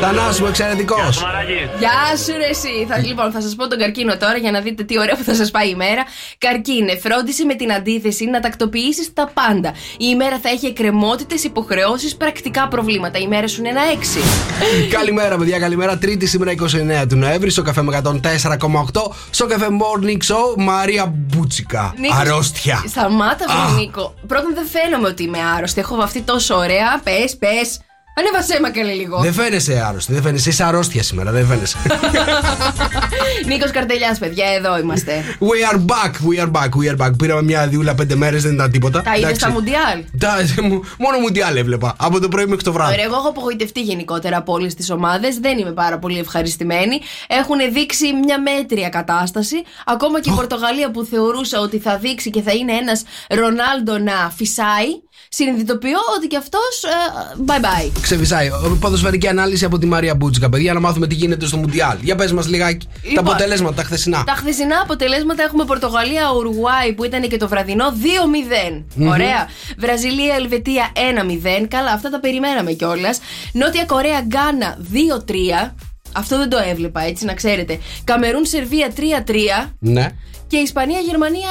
Θανάση μου, εξαιρετικός. Γεια σου, Μαράκι. Γεια σου, ρε εσύ. Θα, λοιπόν, θα σας πω τον καρκίνο τώρα για να δείτε τι ωραία που θα σας πάει η μέρα. Καρκίνε, φρόντισε με την αντίθεση να τακτοποιήσεις τα πάντα. Η ημέρα θα έχει εκκρεμότητες, υποχρεώσεις, πρακτικά προβλήματα. Η μέρα σου είναι ένα έξι. Καλημέρα, παιδιά. Καλημέρα. Τρίτη σήμερα 29 του Νοέμβρη στο καφέ με 104,8 στο καφέ Morning Show Μαρία Μπούτσικα. Νίκος, Αρρώστια. Σταμάτα, Α. βρε Νίκο. Πρώτον, δεν φαίνομαι ότι είμαι άρρωστη. Έχω βαφτεί τόσο ωραία. Πες, πες. Ανέβασέ με καλέ λίγο. Δεν φαίνεσαι άρρωστη, δεν φαίνεσαι. Είσαι αρρώστια σήμερα, δεν φαίνεσαι. Νίκος Καρτελιάς, παιδιά, εδώ είμαστε. We are back, we are back, we are back. Πήραμε μια διούλα πέντε μέρες, δεν ήταν τίποτα. Τα είδες Εντάξει. στα Μουντιάλ. Τα- μου- μόνο μουντιάλ έβλεπα. Από το πρωί μέχρι το βράδυ. Ωραία, εγώ έχω απογοητευτεί γενικότερα από όλες τις ομάδες. Δεν είμαι πάρα πολύ ευχαριστημένη. Έχουν δείξει μια μέτρια κατάσταση. Ακόμα και η Πορτογαλία που θεωρούσα ότι θα δείξει και θα είναι ένας Ρονάλντο να φυσάει. Συνειδητοποιώ ότι και ε, αυτό. bye bye. Ξεβισάει. Ο- Ποδοσφαιρική ανάλυση από τη Μαρία Μπούτσικα, παιδιά, να μάθουμε τι γίνεται στο Μουντιάλ. Για πες μας λιγάκι Λοιπόν, τα αποτελέσματα, τα χθεσινά. Τα χθεσινά αποτελέσματα έχουμε Πορτογαλία, Ουρουάη που ήταν και το βραδινό 2-0. Ωραία. Βραζιλία, Ελβετία 1-0. Καλά, αυτά τα περιμέναμε κιόλας. Νότια Κορέα, Γκάνα 2-3. Αυτό δεν το έβλεπα, έτσι να ξέρετε. Καμερούν, Σερβία 3-3. Ναι, Και Ισπανία, Γερμανία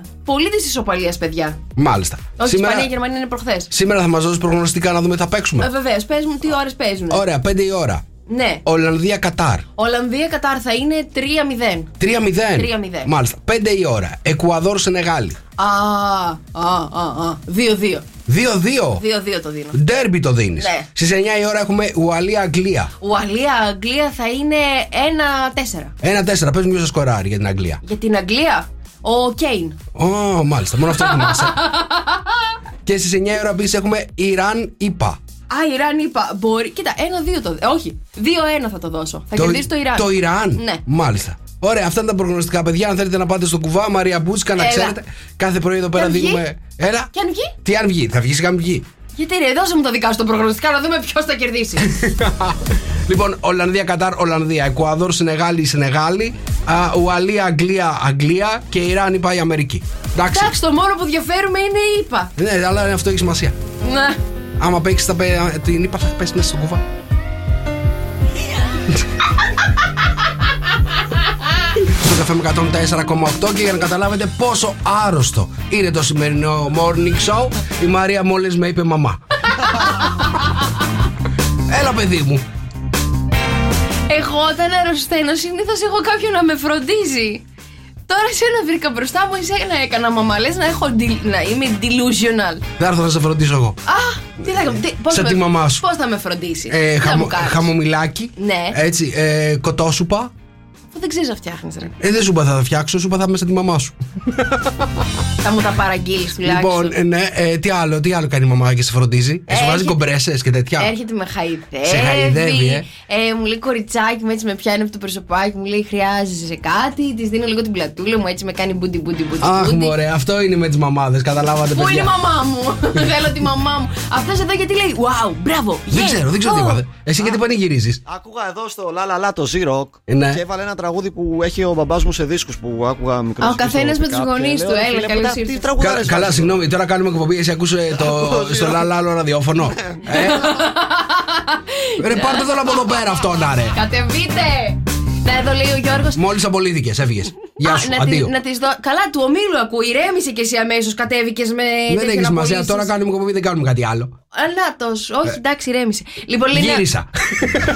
1-1. Πολύ της ισοπαλίας, παιδιά. μάλιστα. Όχι, σήμερα, Ισπανία, Γερμανία είναι προχθές. σήμερα θα μας δώσεις προγνωστικά να δούμε τι θα παίξουμε. Βεβαίως, πες μου τι ώρες παίζουν. Ωραία, 5 η ώρα. Ναι. Ολλανδία Κατάρ. Ολλανδία, Κατάρ θα είναι 3-0. 3-0. 3-0. Μάλιστα. 5 η ώρα. Εκουαδόρ Σενεγάλη. Α, α, α, α. 2-2. 2-2 2-2. το δίνω. Ντέρμπι το δίνεις. Ναι. Στις 9 η ώρα έχουμε Ουαλία Αγγλία. Ουαλία, Αγγλία θα είναι 1-4. 1-4. Πες μου ποιος σκοράρει για την Αγγλία. Για την Αγγλία, ο Κέιν. Ω, μάλιστα. Μόνο αυτό θυμάσαι. Και στις 9 η ώρα επίσης έχουμε Ιράν Ήπα. Α, Ιράν είπα. Μπορεί. Κοίτα, 1-2 το. ε, Όχι. 2-1 θα το δώσω. Θα κερδίσει το Ιράν. Το Ιράν. Ναι. Μάλιστα. Ωραία, αυτά είναι τα προγνωστικά, παιδιά. Αν θέλετε να πάτε στο κουβά, Μαρία Μπούτσικα, να Έλα. ξέρετε. Κάθε πρωί εδώ πέρα αν βγει? δίνουμε. Έλα. Και αν βγει? Τι αν βγει, θα βγει σιγά μην βγει. Γιατί ρε, δώσε μου τα δικά σου τα προγνωστικά να δούμε ποιος θα κερδίσει. λοιπόν, Ολλανδία, Κατάρ, Ολλανδία. Εκουαδόρ, Σενεγάλη, Σενεγάλη. Α, Ουαλία, Αγγλία, Αγγλία. Και Ιράν, είπα η Αμερική. Εντάξει. Εντάξει, το μόνο που διαφέρουμε είναι η ΙΠΑ. Ναι, αλλά αυτό έχει σημασία. Να. Άμα παίξεις τα πε- την είπα, θα πέσεις μέσα στο κουβά. Στο καφέ με 104,8 και για να καταλάβετε πόσο άρρωστο είναι το σημερινό morning show, η Μαρία μόλις με είπε μαμά. Έλα παιδί μου. Εγώ όταν αρρωσταίνω συνήθως έχω κάποιον να με φροντίζει. Τώρα σε ένα βρήκα μπροστά μου, εσένα έκανα μαμά. Λες να, έχω, ντυλ- να είμαι delusional. Δεν έρθω να σε φροντίσω εγώ. Α, τι θα κάνω. τι- πώς Σαν με- τη μαμά σου. Πώς θα με φροντίσεις. Ε, τι θα χαμο, μου κάνεις. χαμομηλάκι. Ναι. Έτσι, ε, κοτόσουπα. Αφού δεν ξέρεις να φτιάχνεις, ρε. Ε, δεν σούπα θα τα φτιάξω, σούπα θα είμαι σαν τη μαμά σου. Θα μου τα παραγγείλεις τουλάχιστον. Λοιπόν, ε, ναι, ε, τι άλλο, τι άλλο κάνει η μαμά και σε φροντίζει. Ε, σου βάζει Έρχεται- κομπρέσες και τέτοια. Έρχεται με χαϊδεύει. Σε χαϊδεύει, ε. Ε, μου λέει κοριτσάκι μου, έτσι με πιάνει από το προσωπάκι μου, λέει χρειάζεσαι κάτι. Της δίνω λίγο την πλατούλα μου, έτσι με κάνει μπούντι μπούντι μπούντι. Αχ, μπούντι. μωρέ, αυτό είναι με τις μαμάδες, καταλάβατε Πού είναι η παιδιά. μαμά μου, θέλω τη μαμά μου. Αυτός εδώ γιατί λέει, wow, μπράβο. Δεν yes, ξέρω, δεν ξέρω τι oh». είπατε. Εσύ γιατί πανηγυρίζεις. Άκουγα εδώ στο Λα Λα Λα το Z-Rock Ναι. και έβαλε ένα τραγούδι που έχει ο μπαμπάς μου σε δίσκους που άκουγα μικρός. Α, ο καθένας με τους γονείς του, έλα, καλώς ήρθες. Τι τραγουδάρες Κα- βάζεις καλά, εδώ. συγγνώμη, τώρα κάνουμε εκπομπή. Εσύ ακούσε το, Ακούω, στο λαλά άλλο ραδιόφωνο. ε, Ναι. ρε, πάρτε τον από εδώ πέρα αυτό να ρε. Κατεβείτε! Να εδώ λέει ο Γιώργος. Μόλις απολύθηκε, έφυγε. Γεια σου, να τη, αντίο. να της δω. Καλά, του ομίλου ακούω. Ηρέμησε και εσύ αμέσως. Κατέβηκες με. Ναι, Δεν τέτοια έχεις να μαζέα, πουλήσεις. τώρα κάνουμε κοπή, δεν κάνουμε κάτι άλλο. Ανάτος. Όχι, Ε. εντάξει, ηρέμησε. Λοιπόν, λέει, να- Γύρισα.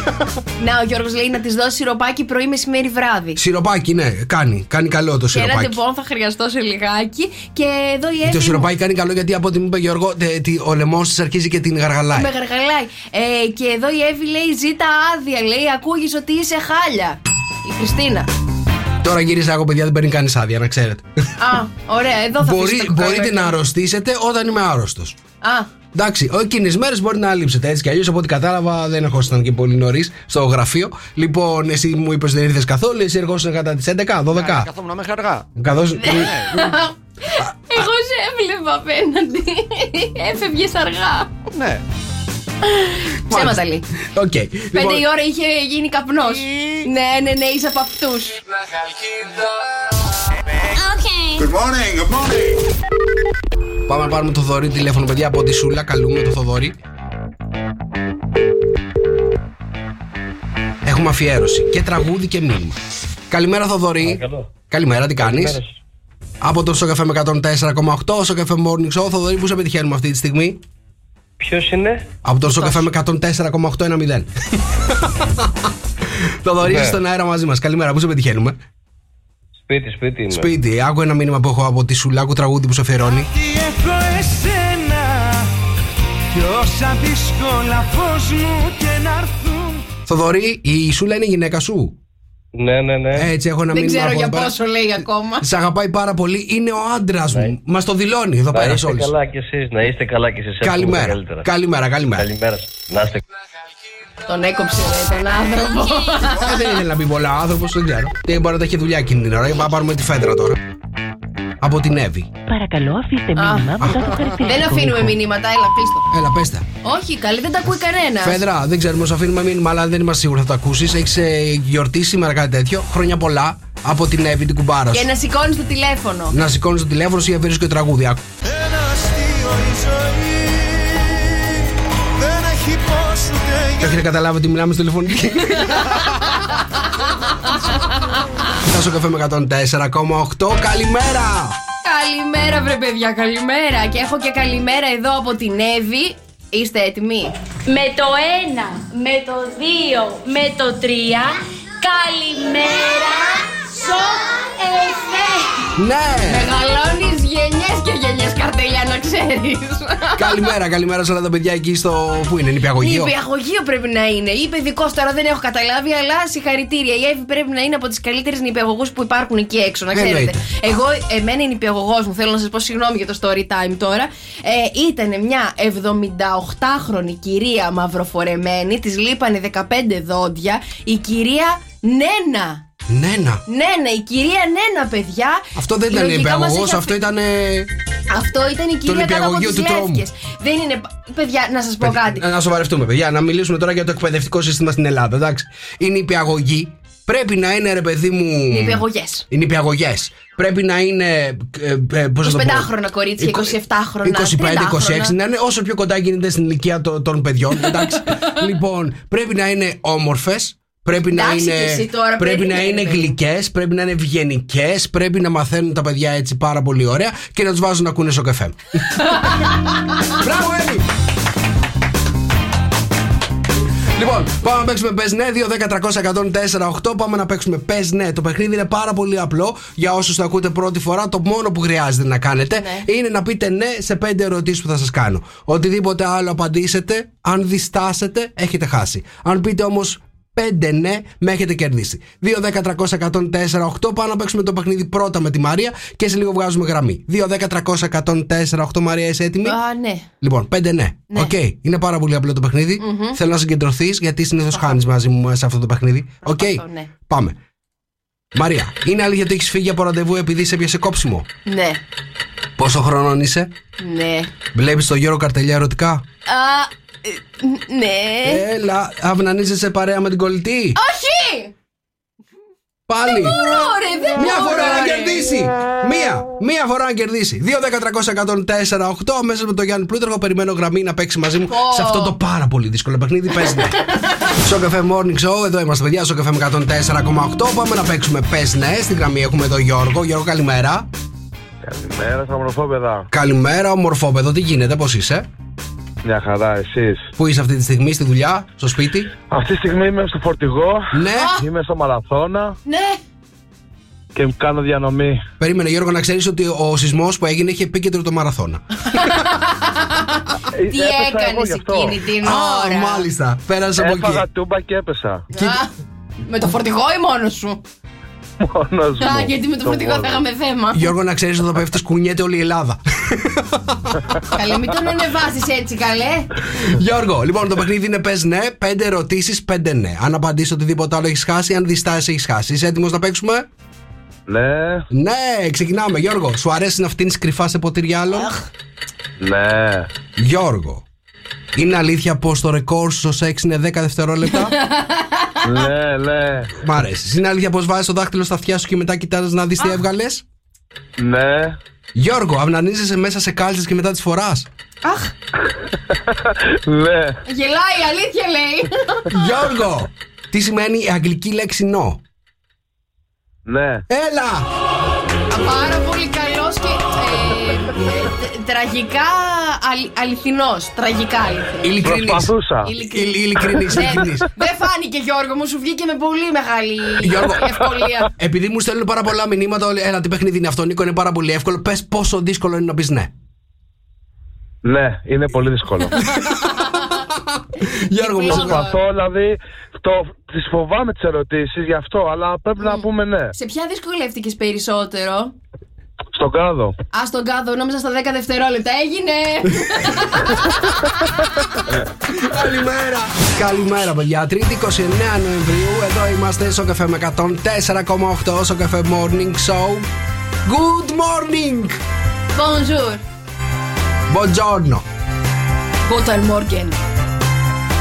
Να, ο Γιώργος λέει να της δώσει σιροπάκι πρωί, μεσημέρι, βράδυ. Σιροπάκι, ναι, κάνει. Κάνει καλό το Και ένα σιροπάκι. τεμπόν θα χρειαστώ σε λιγάκι. Και εδώ η Το Εύη. μου- σιροπάκι κάνει καλό γιατί από ό,τι μου είπε Γιώργο, τε- τι- ο λαιμός της αρχίζει και την γαργαλάει. Με γαργαλάει. Ε, και εδώ η Εύη λέει: Ζήτα άδεια. Λέει: Ακούγεις ότι είσαι χάλια. Η Χριστίνα. Τώρα γύρισα εγώ, παιδιά, δεν παίρνει κανείς άδεια, να ξέρετε. Α, ωραία, εδώ θα Μπορεί, αφήσω το μπορείτε κουκάκι. να αρρωστήσετε όταν είμαι άρρωστος. Α, Εντάξει, εκείνε τι μέρες μπορεί να λείψετε έτσι κι αλλιώς. Από ό,τι κατάλαβα, δεν ερχόσασταν και πολύ νωρίς στο γραφείο. Λοιπόν, εσύ μου είπες δεν ήρθες καθόλου, εσύ ερχόσασταν κατά τις 11, 12. Καθόμουν μέχρι αργά. Καθώς... Ναι. εγώ σε έβλεπα απέναντι. Έφευγες αργά. Ναι. Ψέματα λέει. Οκ. Πέντε Λοιπόν, η ώρα είχε γίνει καπνός. Ναι, ναι, ναι, είσαι από αυτούς. Good morning, good morning. Πάμε να πάρουμε το Θοδωρή τηλέφωνο, παιδιά, από τη Σούλα. Καλούμε το Θοδωρή. Έχουμε αφιέρωση και τραγούδι και μήνυμα. Καλημέρα, Θοδωρή. Καλημέρα, τι κάνεις. Καλημέρα σας. Από το Σοκαφέ με 104,8, Σοκαφέ Morning Show. Θοδωρή, πού σε πετυχαίνουμε αυτή τη στιγμή. Ποιος είναι? Από το Σοκαφέ με 104,810. Θοδωρή, Ναι. είσαι στον αέρα μαζί μας. Καλημέρα, πού σε πετυχαίνουμε. Σπίτι, σπίτι είμαι. Σπίτι, άκου ένα μήνυμα που έχω από τη Σουλάκου τραγούδι που σε αφιερώνει. έχω εσένα και όσα δύσκολα φως μου και να έρθουν Θοδωρή, η Σούλα είναι η γυναίκα σου. Ναι, ναι, ναι. Έτσι, έχω ένα Δεν μήνυμα ξέρω από για εδώ πέρα. πόσο λέει ακόμα. Σ' αγαπάει πάρα πολύ. Είναι ο άντρας μου. Μας το δηλώνει εδώ Ναι. Να πέρα είστε σε όλους. καλά κι εσείς, να είστε καλά κι εσείς. εύχομαι τα Καλημέρα. καλύτερα. Καλημέρα, καλημέρα. Καλημέρα σας. Να είστε Τον έκοψε ρε, τον άνθρωπο. Ε, δεν ήθελε να πει πολλά. Άνθρωπος δεν ξέρω. Δεν μπορεί να τα έχει δουλειά εκείνη την ώρα. Ε, Πάμε να πάρουμε τη φέντρα τώρα. Από την Εύη. Παρακαλώ, αφήστε μήνυμα μετά το χαρακτηριστικό. Δεν αφήνουμε μηνύματα, έλα πίστο. Έλα, πες τα. Όχι, καλή, δεν τα ακούει κανένα. Φέντρα, δεν ξέρουμε, σου αφήνουμε μήνυμα, αλλά δεν είμαστε σίγουροι θα το ακούσεις. Έχεις γιορτή ε, σήμερα κάτι τέτοιο. Χρόνια πολλά από την Εύη την κουμπάρα Και σου. να σηκώνεις το τηλέφωνο. Να σηκώνεις το τηλέφωνο σου για να και τραγούδι. Άκου. Ένα αστείο η ζωή δεν έχει πώς ούτε για Έχετε καταλάβει ότι μιλάμε στο τηλεφωνική. Θα σου καφέ με 104,8. Καλημέρα! Καλημέρα, βρε παιδιά, καλημέρα. Και έχω και καλημέρα εδώ από την Εύη. Είστε έτοιμοι. Με το 1, με το 2, με το 3, καλημέρα, σοκ, Ναι! Μεγαλώνεις γενιέ και γενιέ καρτελιά, να ξέρεις. Καλημέρα, καλημέρα σε όλα τα παιδιά εκεί στο. Πού είναι, νηπιαγωγείο. Νηπιαγωγείο πρέπει να είναι. Ή παιδικό τώρα δεν έχω καταλάβει, αλλά συγχαρητήρια. Η Εύη πρέπει να είναι από τις καλύτερες νηπιαγωγούς που υπάρχουν εκεί έξω, να ξέρετε. Εννοείται. Εγώ, εμένα η νηπιαγωγός μου, θέλω να σας πω συγγνώμη για το story time τώρα, ε, ήταν μια 78χρονη κυρία μαυροφορεμένη, της λείπανε 15 δόντια, η κυρία Νένα. Νένα. Νένα, η κυρία Νένα, παιδιά. Ναι, Αυτό δεν ήταν Λογικά μας νηπιαγωγό, έχει αυτό ήταν. ε, αυτό ήταν η κυρία κάτω από νηπιαγωγείο τις του τρόμου. ε, Λεύκες. Δεν είναι. Παιδιά, να σας πω κάτι. Να σοβαρευτούμε, παιδιά. Να μιλήσουμε τώρα για το εκπαιδευτικό σύστημα στην Ελλάδα, εντάξει. Η νηπιαγωγή πρέπει να είναι, ρε παιδί μου. Νηπιαγωγές. Οι νηπιαγωγέ. Πρέπει να είναι. Ε, ε, πώς να το πω. 25χρονα κορίτσια, 27χρονα. 25-26 να είναι όσο πιο κοντά γίνεται στην ηλικία των, των παιδιών. Εντάξει. λοιπόν, πρέπει να είναι όμορφες. Πρέπει να Εντάξει, είναι, και εσύ τώρα, πρέπει να περίμενε, είναι παιδί. γλυκές, πρέπει να είναι ευγενικές, πρέπει να μαθαίνουν τα παιδιά έτσι πάρα πολύ ωραία και να τους βάζουν να ακούνε στο καφέ. Μπράβο, Εύη! Λοιπόν, πάμε να παίξουμε πες ναι, 2, 10, 300, 104, 8. Πάμε να παίξουμε πες ναι. Το παιχνίδι είναι πάρα πολύ απλό για όσους το ακούτε πρώτη φορά. Το μόνο που χρειάζεται να κάνετε είναι να πείτε ναι σε πέντε ερωτήσεις που θα σας κάνω. Οτιδήποτε άλλο απαντήσετε, αν διστάσετε, έχετε χάσει. Αν πείτε όμως πέντε ναι, με έχετε κερδίσει. 2, 10, 300, 104, 8. Πάμε να παίξουμε το παιχνίδι πρώτα με τη Μαρία και σε λίγο βγάζουμε γραμμή. 2, 10, 300, 104, 8. Μαρία, είσαι έτοιμη. Α, ναι. Λοιπόν, πέντε ναι. Οκ, είναι πάρα πολύ απλό το παιχνιδι Μμμ. Θέλω να συγκεντρωθείς γιατί συνήθως χάνεις μαζί μου ε, σε αυτό το παιχνίδι. Οκ, Προσπαθώ, ναι. πάμε. Μαρία, είναι αλήθεια ότι έχεις φύγει από ραντεβού επειδή σε πιασε κόψιμο. Ναι, Πόσο χρονών είσαι, ναι. Βλέπεις τον Γιώργο Καρτελιά ερωτικά. Α, ε, ναι. Ε. Έλα, αυνανίζεσαι παρέα με την κολλητή. Όχι! Πάλι. Δεν μπορώ, ρε, δεν Μια μπορώ, φορά να ρε. κερδίσει. Μία. Μία φορά να κερδίσει. 2-10-300-104-8. Μέσα με τον Γιάννη Πλούτροχο. Περιμένω γραμμή να παίξει μαζί μου Πω. σε αυτό το πάρα πολύ δύσκολο παιχνίδι. Πες ναι. Στο καφέ Morning Show, εδώ είμαστε παιδιά, στο καφέ με 104,8. Πάμε να παίξουμε. Πες ναι, στην γραμμή έχουμε τον Γιώργο. Γιώργο, καλημέρα. Καλημέρα στα ομορφόπεδα. Καλημέρα, ομορφόπεδο. Τι γίνεται, πώς είσαι. Μια χαρά, εσείς. Πού είσαι αυτή τη στιγμή, στη δουλειά, στο σπίτι. Αυτή τη στιγμή είμαι στο φορτηγό. Ναι. Είμαι στο μαραθώνα Ναι. και κάνω διανομή. Περίμενε, Γιώργο, να ξέρεις ότι ο σεισμός που έγινε είχε επίκεντρο το μαραθώνα. Τι έπεσα Ε, εγώ έκανες γι' αυτό. εκείνη την Α, ώρα. μάλιστα. Πέρασες από εκεί. Έφαγα τούμπα και έπεσα. Α, Με το φορτηγό ή μόνος σου. Μόνος μου. Α, γιατί με το φορτηγό θα μόνο. είχαμε θέμα. Γιώργο, να ξέρεις ότι το πέφτεις, κουνιέται όλη η Ελλάδα. Καλέ, μην τον ανεβάσεις έτσι, καλέ. Γιώργο, λοιπόν, το παιχνίδι είναι πες ναι, πέντε ερωτήσεις, πέντε ναι. Αν απαντήσεις οτιδήποτε άλλο έχεις χάσει, αν διστάσεις έχεις χάσει. Είσαι έτοιμος να παίξουμε. Ναι, Ναι, ξεκινάμε. Γιώργο, σου αρέσει να φτύνεις κρυφά σε ποτήρια άλλων. ναι. Γιώργο, είναι αλήθεια πως το ρεκόρ σου στο σεξ είναι 10 δευτερόλεπτα. Ναι, ναι. Μ' αρέσεις. Είναι αλήθεια πως βάζεις το δάχτυλο στα αυτιά σου και μετά κοιτάζεις να δεις τι έβγαλες. Ναι. Γιώργο, αυνανίζεσαι μέσα σε κάλτσες και μετά τις φοράς. Αχ, Ναι. γελάει, η αλήθεια λέει. Γιώργο, τι σημαίνει η αγγλική λέξη no. Ναι. Έλα! Πάρα πολύ καλό και ε, ε, τ- τραγικά αλ, αληθινός. Τραγικά αληθινός. Ειλικρινής. Προσπαθούσα. Ειλικρινής. Ναι. Δεν φάνηκε Γιώργο μου, σου βγήκε με πολύ μεγάλη Γιώργο. ευκολία. Επειδή μου στέλνουν πάρα πολλά μηνύματα, όλοι, έλα τι παιχνίδι είναι αυτό, Νίκο, είναι πάρα πολύ εύκολο. Πες πόσο δύσκολο είναι να πεις ναι. Ναι, είναι πολύ δύσκολο. Γιώργο, μου Προσπαθώ, δηλαδή, το, τις φοβάμαι τις ερωτήσεις γι' αυτό, αλλά πρέπει να πούμε ναι. Σε ποια δυσκολεύτηκες περισσότερο. Στον κάδο. Α τον κάδο, νόμιζα στα 10 δευτερόλεπτα. Έγινε! Καλημέρα. Καλημέρα, παιδιά. Τρίτη 29 Νοεμβρίου. Εδώ είμαστε στο καφέ με 104,8 στο καφέ Morning Show. Good morning. Bonjour! Buongiorno. Guten Morgen!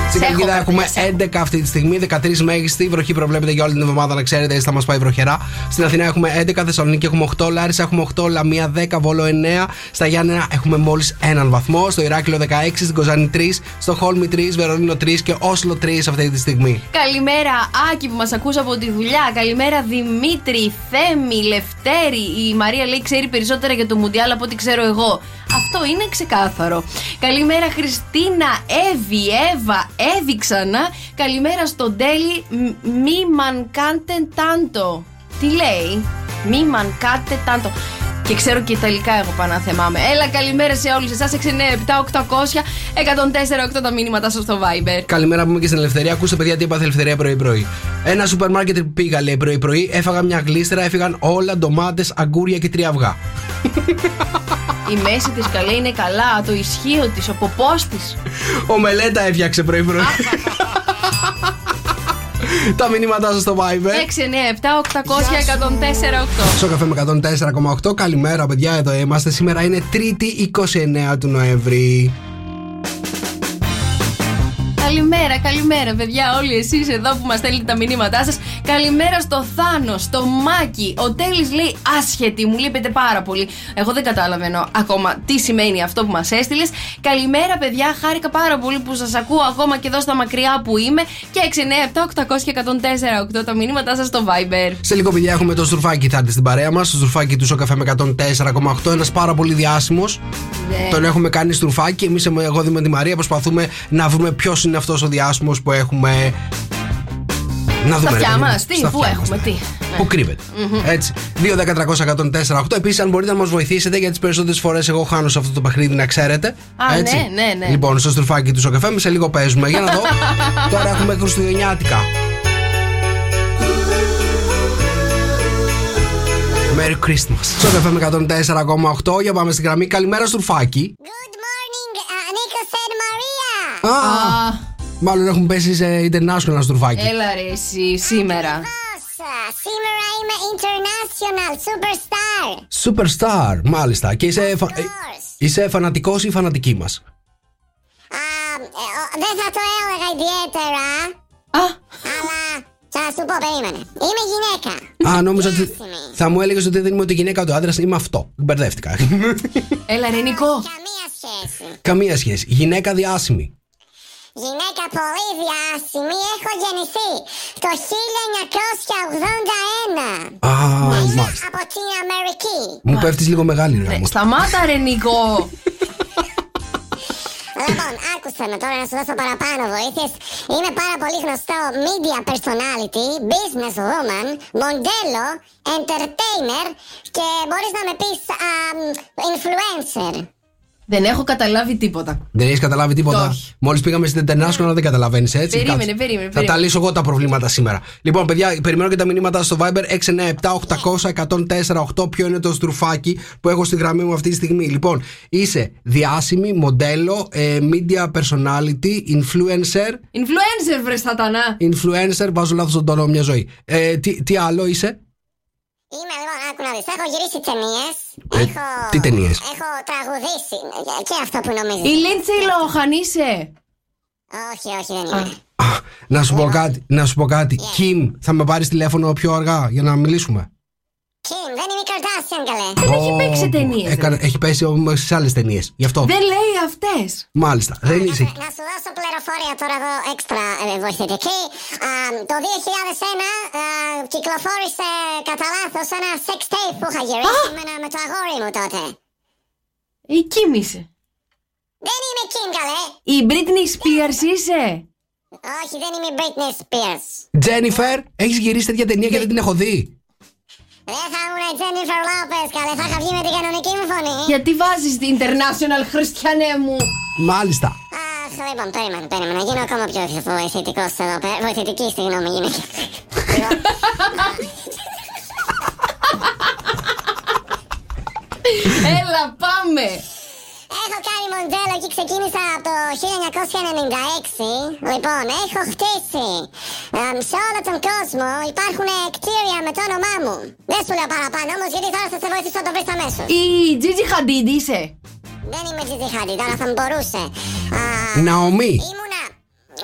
Στην Σε έχω, Καλκίδα έχουμε παιδιά, σε έχω. 11 αυτή τη στιγμή, 13 μέγιστη. Βροχή προβλέπεται για όλη την εβδομάδα, να ξέρετε, έτσι θα μας πάει βροχερά. Στην Αθηνά έχουμε 11, Θεσσαλονίκη έχουμε 8, Λάρισα έχουμε 8, Λαμία 10, Βόλο 9. Στα Γιάννενα έχουμε μόλις έναν βαθμό. Στο Ηράκλειο 16, στην Κοζάνη 3, στο Χόλμη 3, Βερολίνο 3 και Όσλο 3 αυτή τη στιγμή. Καλημέρα Άκη που μας ακούς από τη δουλειά Καλημέρα Δημήτρη, Θέμη, Λευτέρη Η Μαρία λέει ξέρει περισσότερα για το Μουντιάλ από ό,τι ξέρω εγώ Αυτό είναι ξεκάθαρο Καλημέρα Χριστίνα, Εύη, Εύα, Εύη ξανά Καλημέρα στον Τέλη Μ- Μη μαν κάντε τάντο Τι λέει Μη μαν κάντε τάντο και ξέρω και Ιταλικά εγώ πάνω να θεμάμαι. Έλα, καλημέρα σε όλους εσάς. 697 800 104 τα μήνυματά σας στο Viber. Καλημέρα που είμαι και στην Ελευθερία. Ακούστε, παιδιά, τι έπαθε η Ελευθερία πρωί-πρωί. Ένα σούπερ μάρκετ πήγα, λέει πρωί-πρωί. Έφαγα μια γλίστερα, έφυγαν όλα ντομάτες, αγκούρια και τρία αυγά. Η μέση της καλέ είναι καλά, το ισχύο της, ο ποπός της. Ο Μελέτα έφτιαξε πρωί-πρωί. Τα μηνύματά σας στο Viber. 6, 9, 7, 800, 104, 8. Στο καφέ με 104,8. Καλημέρα, παιδιά. Εδώ είμαστε. Σήμερα είναι 3η 29 του Νοεμβρίου. Καλημέρα, καλημέρα, παιδιά. Όλοι εσείς εδώ που μας στέλνετε τα μηνύματά σας. Καλημέρα στο Θάνο, στο Μάκη. Ο Τέλης λέει άσχετη, μου λείπετε πάρα πολύ. Εγώ δεν καταλαβαίνω ακόμα τι σημαίνει αυτό που μας έστειλες. Καλημέρα, παιδιά. Χάρηκα πάρα πολύ που σας ακούω ακόμα και εδώ στα μακριά που είμαι. Και 6, 9, 7, 800 και 104, 8 τα μηνύματά σας στο Viber. Σε λίγο, παιδιά, έχουμε το Στουρφάκι θα έρθει στην παρέα μας. Το Στουρφάκι του στο καφέ με 104,8. Ένας πάρα πολύ διάσημος. Ναι. Τον έχουμε κάνει Στουρφάκι. Εμείς, εγώ με τη Μαρία, προσπαθούμε να βρούμε ποιος είναι αυτός ο διάσημος που έχουμε. Να Στα δούμε. ρε αυτιά παιδί μου. μας, τι, Στα πού αυτιά έχουμε, μας, τι. ναι. Ναι. Πού κρύβεται. Έτσι. 2-10-300-104-8. Επίσης, αν μπορείτε να μας βοηθήσετε, γιατί τις περισσότερες φορές εγώ χάνω σε αυτό το παιχνίδι, να ξέρετε. Α, ναι, ναι, ναι. Λοιπόν, στο στρουφάκι του ο καφέ, σε λίγο παίζουμε. Για να δω. Τώρα έχουμε Χριστουγεννιάτικα. Merry Christmas. Στο καφέ με 104,8. Για πάμε στην γραμμή. Καλημέρα, Στουρφάκι. Good morning, Νίκο Μαρία. Α, Μάλλον έχουμε πέσει σε international Στουρφάκι. έλα ρε εσύ σήμερα. Σήμερα είμαι international superstar. Superstar, μάλιστα. Και είσαι, φα... ε, είσαι φανατικός ή φανατική μας. Α, ε, ο- δεν θα το έλεγα ιδιαίτερα. Α, Αλλά Θα σου πω, περίμενε. Είμαι γυναίκα. Α, νόμιζα ότι. Θα μου έλεγες ότι δεν είμαι ούτε γυναίκα ούτε άντρας, είμαι αυτό. Μπερδεύτηκα. Έλα, ρε Νικό. Καμία σχέση. Γυναίκα διάσημη. Γυναίκα πολύ διάσημη, έχω γεννηθεί το 1981. Α, Είμαι μάλιστα. από την Αμερική. Μου πέφτεις λίγο μεγάλη ρε γάμο. Ε, Σταμάτα, ρε Νικό. Λοιπόν, άκουσα με τώρα να σου δώσω παραπάνω βοήθειες. Είμαι πάρα πολύ γνωστό media personality, business woman, μοντέλο, entertainer και μπορείς να με πεις influencer. Δεν έχω καταλάβει τίποτα. Δεν έχεις καταλάβει τίποτα. Μόλις πήγαμε στην Τερνάσκονα, δεν καταλαβαίνεις έτσι. Περίμενε, Κάτσε. περίμενε, Θα τα περίμενε. λύσω εγώ τα προβλήματα σήμερα. Λοιπόν, παιδιά, περιμένω και τα μηνύματα στο Viber 697-800-1048. Ποιο είναι το στρουφάκι που έχω στη γραμμή μου αυτή τη στιγμή. Λοιπόν, είσαι διάσημη, μοντέλο, ε, media personality, influencer. Influencer, βρε σατανά. Influencer, βάζω λάθος τον τόνο μια ζωή. Ε, τι, τι άλλο είσαι. Είμαι λοιπόν, άκου να δεις, έχω γυρίσει ταινίες. Ε, έχω... τι ταινίες? Έχω τραγουδήσει και αυτό που νομίζεις. Η Λίντσε η Λόχαν είσαι. Όχι, όχι, δεν είμαι. Να σου πω κάτι, να σου πω κάτι. Kim, θα με πάρεις τηλέφωνο πιο αργά για να μιλήσουμε. Kim, δεν είμαι η Kardashian καλέ. Ω, έκανε- Έχει πέσει όμω σε άλλες ταινίες. Γι' αυτό. Δεν λέει αυτές. Μάλιστα. Δεν είσαι. Να σου δώσω πληροφορία τώρα εδώ έξτρα ε, βοηθητική. Α, το 2001 α, ε, κυκλοφόρησε κατά λάθος ένα sex tape που είχα γυρίσει με, ένα- με το αγόρι μου τότε. Η Kim είσαι. Δεν είμαι Kim καλέ. Η Britney Spears είσαι. Όχι, δεν είμαι η Britney Spears. Τζένιφερ, έχεις γυρίσει τέτοια ταινία και δεν την έχω δει. Δεν θα ήμουν η Jennifer Lopez καλέ, θα είχα βγει με την κανονική μου φωνή. Γιατί βάζεις την International, χριστιανέ μου. Μάλιστα. Αχ, λοιπόν, περίμενε, περίμενε. Να γίνω ακόμα πιο βοηθητικός εδώ πέρα. Βοηθητική, συγγνώμη, γυναίκα. Έλα, πάμε! Έχω κάνει μοντέλο και ξεκίνησα από το 1996. Λοιπόν, έχω χτίσει. εμ, σε όλο τον κόσμο υπάρχουν κτίρια με το όνομά μου. Δεν σου λέω παραπάνω όμως, γιατί τώρα θα σε βοηθήσω να το βρεις αμέσως. Η Gigi Hadid είσαι. Δεν είμαι τζιτζιχάτη, τώρα θα μπορούσε. Ναομή.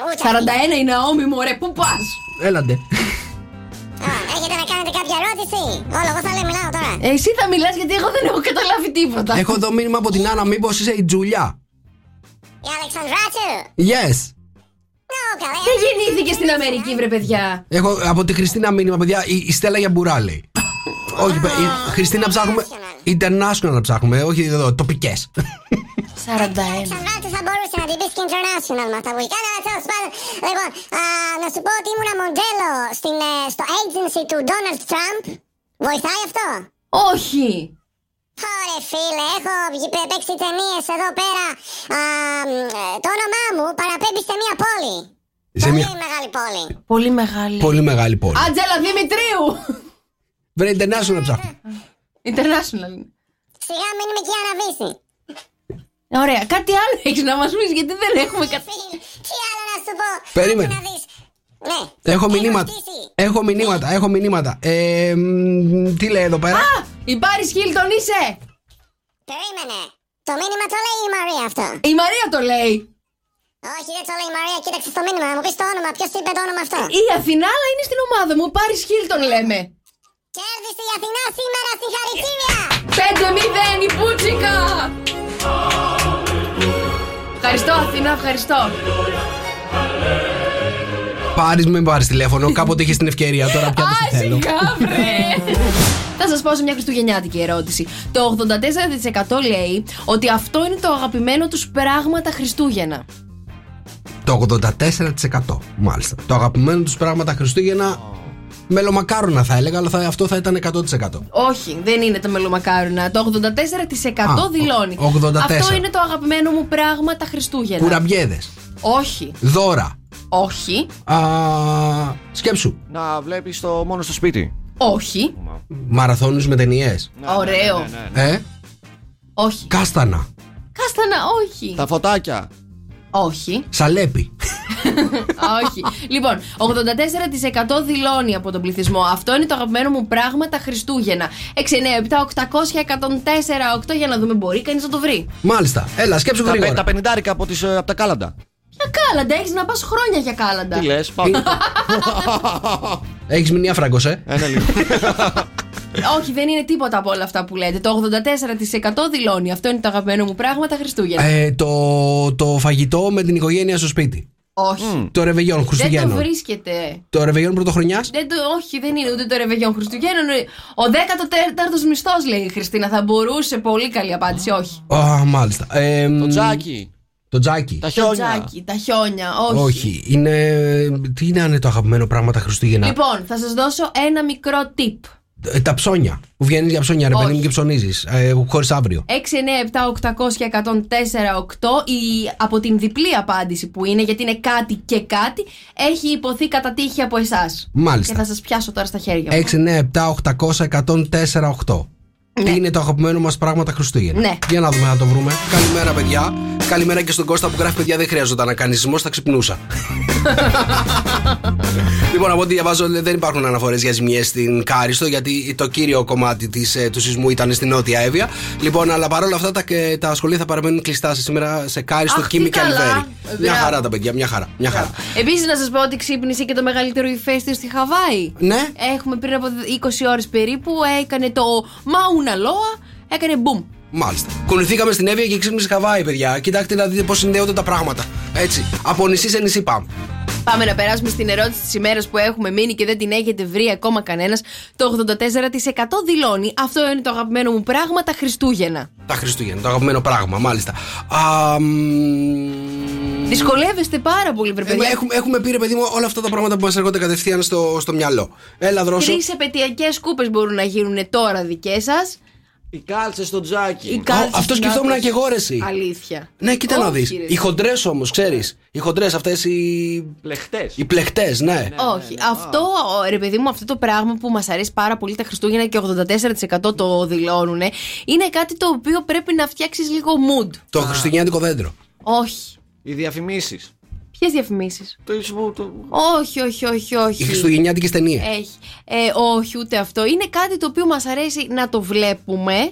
Ούτε 41 η Ναόμη μου, ρε, πού πας. Έλαντε. Λοιπόν, Έχετε να κάνετε κάποια ερώτηση. Όλο, εγώ θα λέω μιλάω τώρα. Εσύ θα μιλάς γιατί εγώ δεν έχω καταλάβει τίποτα. Έχω εδώ μήνυμα από την Άννα, μήπως είσαι η Τζουλιά. Η Αλεξανδράτσου. Yes. Δεν γεννήθηκε στην Αμερική, βρε παιδιά. Έχω από τη Χριστίνα μήνυμα, παιδιά, η, η Στέλλα για μπουράλι. όχι, παι- η, Χριστίνα ψάχνουμε. International να ψάχνουμε, όχι εδώ, τοπικές. 41. Ξανά θα μπορούσε να την πεις και international με αυτά που έχει κάνει, αλλά τέλος πάντων. Λοιπόν, α, να σου πω ότι ήμουν μοντέλο στην, ε, στο agency του Donald Trump. Βοηθάει αυτό. Όχι. Ωρε φίλε, έχω βγει- πε- παίξει ταινίες εδώ πέρα. Α, μ, ε, το όνομά μου παραπέμπει σε μια πόλη. Σε μια Πολύ μεγάλη πόλη. πολύ μεγάλη. πολύ μεγάλη πόλη. Άντζελα Δημητρίου. Βρε international ψάχνουμε. International είναι. Σιγά μην είμαι και η Άννα Βύση. Ωραία, κάτι άλλο έχεις να μας πεις γιατί δεν έχουμε κάτι. Τι άλλο να σου πω. Περίμενε. Άκου να δεις. Ναι. Έχω μηνύματα. Έχω μηνύματα, έχω μηνύματα. Ε, μ, τι λέει εδώ πέρα. Α! Η Μπάρις Χίλτον είσαι! Περίμενε. Το μήνυμα το λέει η Μαρία αυτό. Η Μαρία το λέει. Όχι, δεν το λέει η Μαρία. Κοίταξε το μήνυμα. να Μου πεις το όνομα. Ποιος είπε το όνομα αυτό. Η Αθηνά, αλλά είναι στην ομάδα μου. Μπάρις Χίλτον λέμε. Κέρδισε η Αθηνά σήμερα συγχαρητήρια! 5-0 η Πούτσικα! Ευχαριστώ, Αθηνά, ευχαριστώ. Πάρεις, μην πάρεις τηλέφωνο. Κάποτε είχες την ευκαιρία τώρα πια δεν σε θέλω. Θα σας πω σε μια χριστουγεννιάτικη ερώτηση. Το 84% λέει ότι αυτό είναι το αγαπημένο τους πράγμα τα Χριστούγεννα. Το 84% μάλιστα. Το αγαπημένο τους πράγματα Χριστούγεννα. Μελομακάρονα θα έλεγα, αλλά θα, αυτό θα ήταν 100%. Όχι, δεν είναι το μελομακάρονα. Το 84% Α, δηλώνει. ο- 84. Αυτό είναι το αγαπημένο μου πράγμα τα Χριστούγεννα. Κουραμπιέδες. Όχι. Δώρα. Όχι. Α, σκέψου. Να βλέπεις το μόνο στο σπίτι. Όχι. Μαραθώνιου με ταινίες. Ωραίο. Ναι, Ε. Όχι. Κάστανα. Κάστανα, όχι. Τα φωτάκια. Όχι. Σαλέπι. όχι. Λοιπόν, 84% δηλώνει από τον πληθυσμό. Αυτό είναι το αγαπημένο μου πράγμα τα Χριστούγεννα. 6, 9, 7, 800, 104, 8 για να δούμε, μπορεί κανείς να το βρει. Μάλιστα. Έλα, σκέψου Τα, γρήγορα. πε- τα πενηντάρικα από, τις, ε, από τα κάλαντα. Για κάλαντα, έχεις να πας χρόνια για κάλαντα. Τι λες, πάω. Έχει μηνία φράγκο, ε. Ένα λίγο. Όχι, δεν είναι τίποτα από όλα αυτά που λέτε. Το 84% δηλώνει. Αυτό είναι το αγαπημένο μου πράγμα τα Χριστούγεννα. Ε, το, το φαγητό με την οικογένεια στο σπίτι. Όχι. Το ρεβεγιόν Δεν το Χριστουγέννων. βρίσκεται. Το ρεβεγιόν πρωτοχρονιάς. Δεν το, όχι, δεν είναι ούτε το ρεβεγιόν Χριστουγέννων. Ο 14ο μισθός, λέει η Χριστίνα. Θα μπορούσε πολύ καλή απάντηση, όχι. Α, μάλιστα. Ε, το τζάκι. Το τζάκι. Το τζάκι, τα χιόνια, όχι. Όχι. Είναι. Τι είναι, αν είναι το αγαπημένο πράγμα τα Χριστούγεννα. Λοιπόν, θα σας δώσω ένα μικρό tip. Λοιπόν- Ε, Τα ψώνια. Που βγαίνει για ψώνια, ρε παιδί μου, και ψωνίζεις. Ε, Χωρίς αύριο. 6, 9, 7, 800 και 104, 8 η, από την διπλή απάντηση που είναι γιατί είναι κάτι και κάτι έχει υποθεί κατά τύχη από εσάς. Μάλιστα. Και θα σας πιάσω τώρα στα χέρια μου. 6, 9, 7, 800, 104, 8. Τι είναι το αγαπημένο μας πράγμα τα Χριστούγεννα. Ναι. Για να δούμε να το βρούμε. Καλημέρα, παιδιά. Καλημέρα και στον Κώστα που γράφει, παιδιά, δεν χρειαζόταν να κάνεις ζυμός, θα ξυπνούσα. λοιπόν, από ό,τι διαβάζω, λέ, δεν υπάρχουν αναφορές για ζημιές στην Κάριστο, γιατί το κύριο κομμάτι της, ε, του σεισμού ήταν στην Νότια Εύβοια. Λοιπόν, αλλά παρόλα αυτά τα, ε, τα σχολεία θα παραμένουν κλειστά σε σήμερα σε Κάριστο, Αχ, τι Κίμη και καλά. Αλβέρι. Μια Μπράβο. χαρά τα παιδιά, μια χαρά. Μια χαρά. Επίσης, να σας πω ότι ξύπνησε και το μεγαλύτερο ηφαίστειο στη Χαβάη. Ναι. Έχουμε πριν από 20 ώρες περίπου, έκανε το Μάουνα Λόα, έκανε boom. Μάλιστα. Κουνηθήκαμε στην Εύβοια και ξύπνησε Χαβάη, παιδιά. Κοιτάξτε να δείτε πώς συνδέονται τα πράγματα. Έτσι. Από νησί σε νησί πάμε. Πάμε να περάσουμε στην ερώτηση της ημέρας που έχουμε μείνει και δεν την έχετε βρει ακόμα κανένας. Το 84% δηλώνει αυτό είναι το αγαπημένο μου πράγμα τα Χριστούγεννα. Τα Χριστούγεννα, το αγαπημένο πράγμα, μάλιστα. Α, μ, Δυσκολεύεστε πάρα πολύ, βρε παιδιά. Ε, έχουμε, έχουμε πει, ρε παιδί μου, όλα αυτά τα πράγματα που μας έρχονται κατευθείαν στο, στο μυαλό. Έλα, δρόσο. Τρεις επαιτειακές κούπες μπορούν να γίνουν τώρα δικές σας. Οι κάλτσε στο τζάκι. αυτό σκεφτόμουν και εγώ, ρε, εσύ. Αλήθεια. Ναι, κοίτα να Όχι, δεις. ρε. Οι χοντρές όμως, ξέρεις. Οι χοντρές αυτές οι. Πλεχτές. Οι πλεχτές, ναι. Όχι. Αυτό, ρε παιδί μου, αυτό το πράγμα που μας αρέσει πάρα πολύ τα Χριστούγεννα και 84% το δηλώνουν, είναι κάτι το οποίο πρέπει να φτιάξεις λίγο mood. Το χριστουγεννιάτικο δέντρο. Όχι. Οι διαφημίσεις. Ποιες διαφημίσεις. Το ίσο το. Όχι, όχι, όχι, όχι. Η χριστουγεννιάτικη ταινία. Έχει. Ε, όχι, ούτε αυτό. Είναι κάτι το οποίο μας αρέσει να το βλέπουμε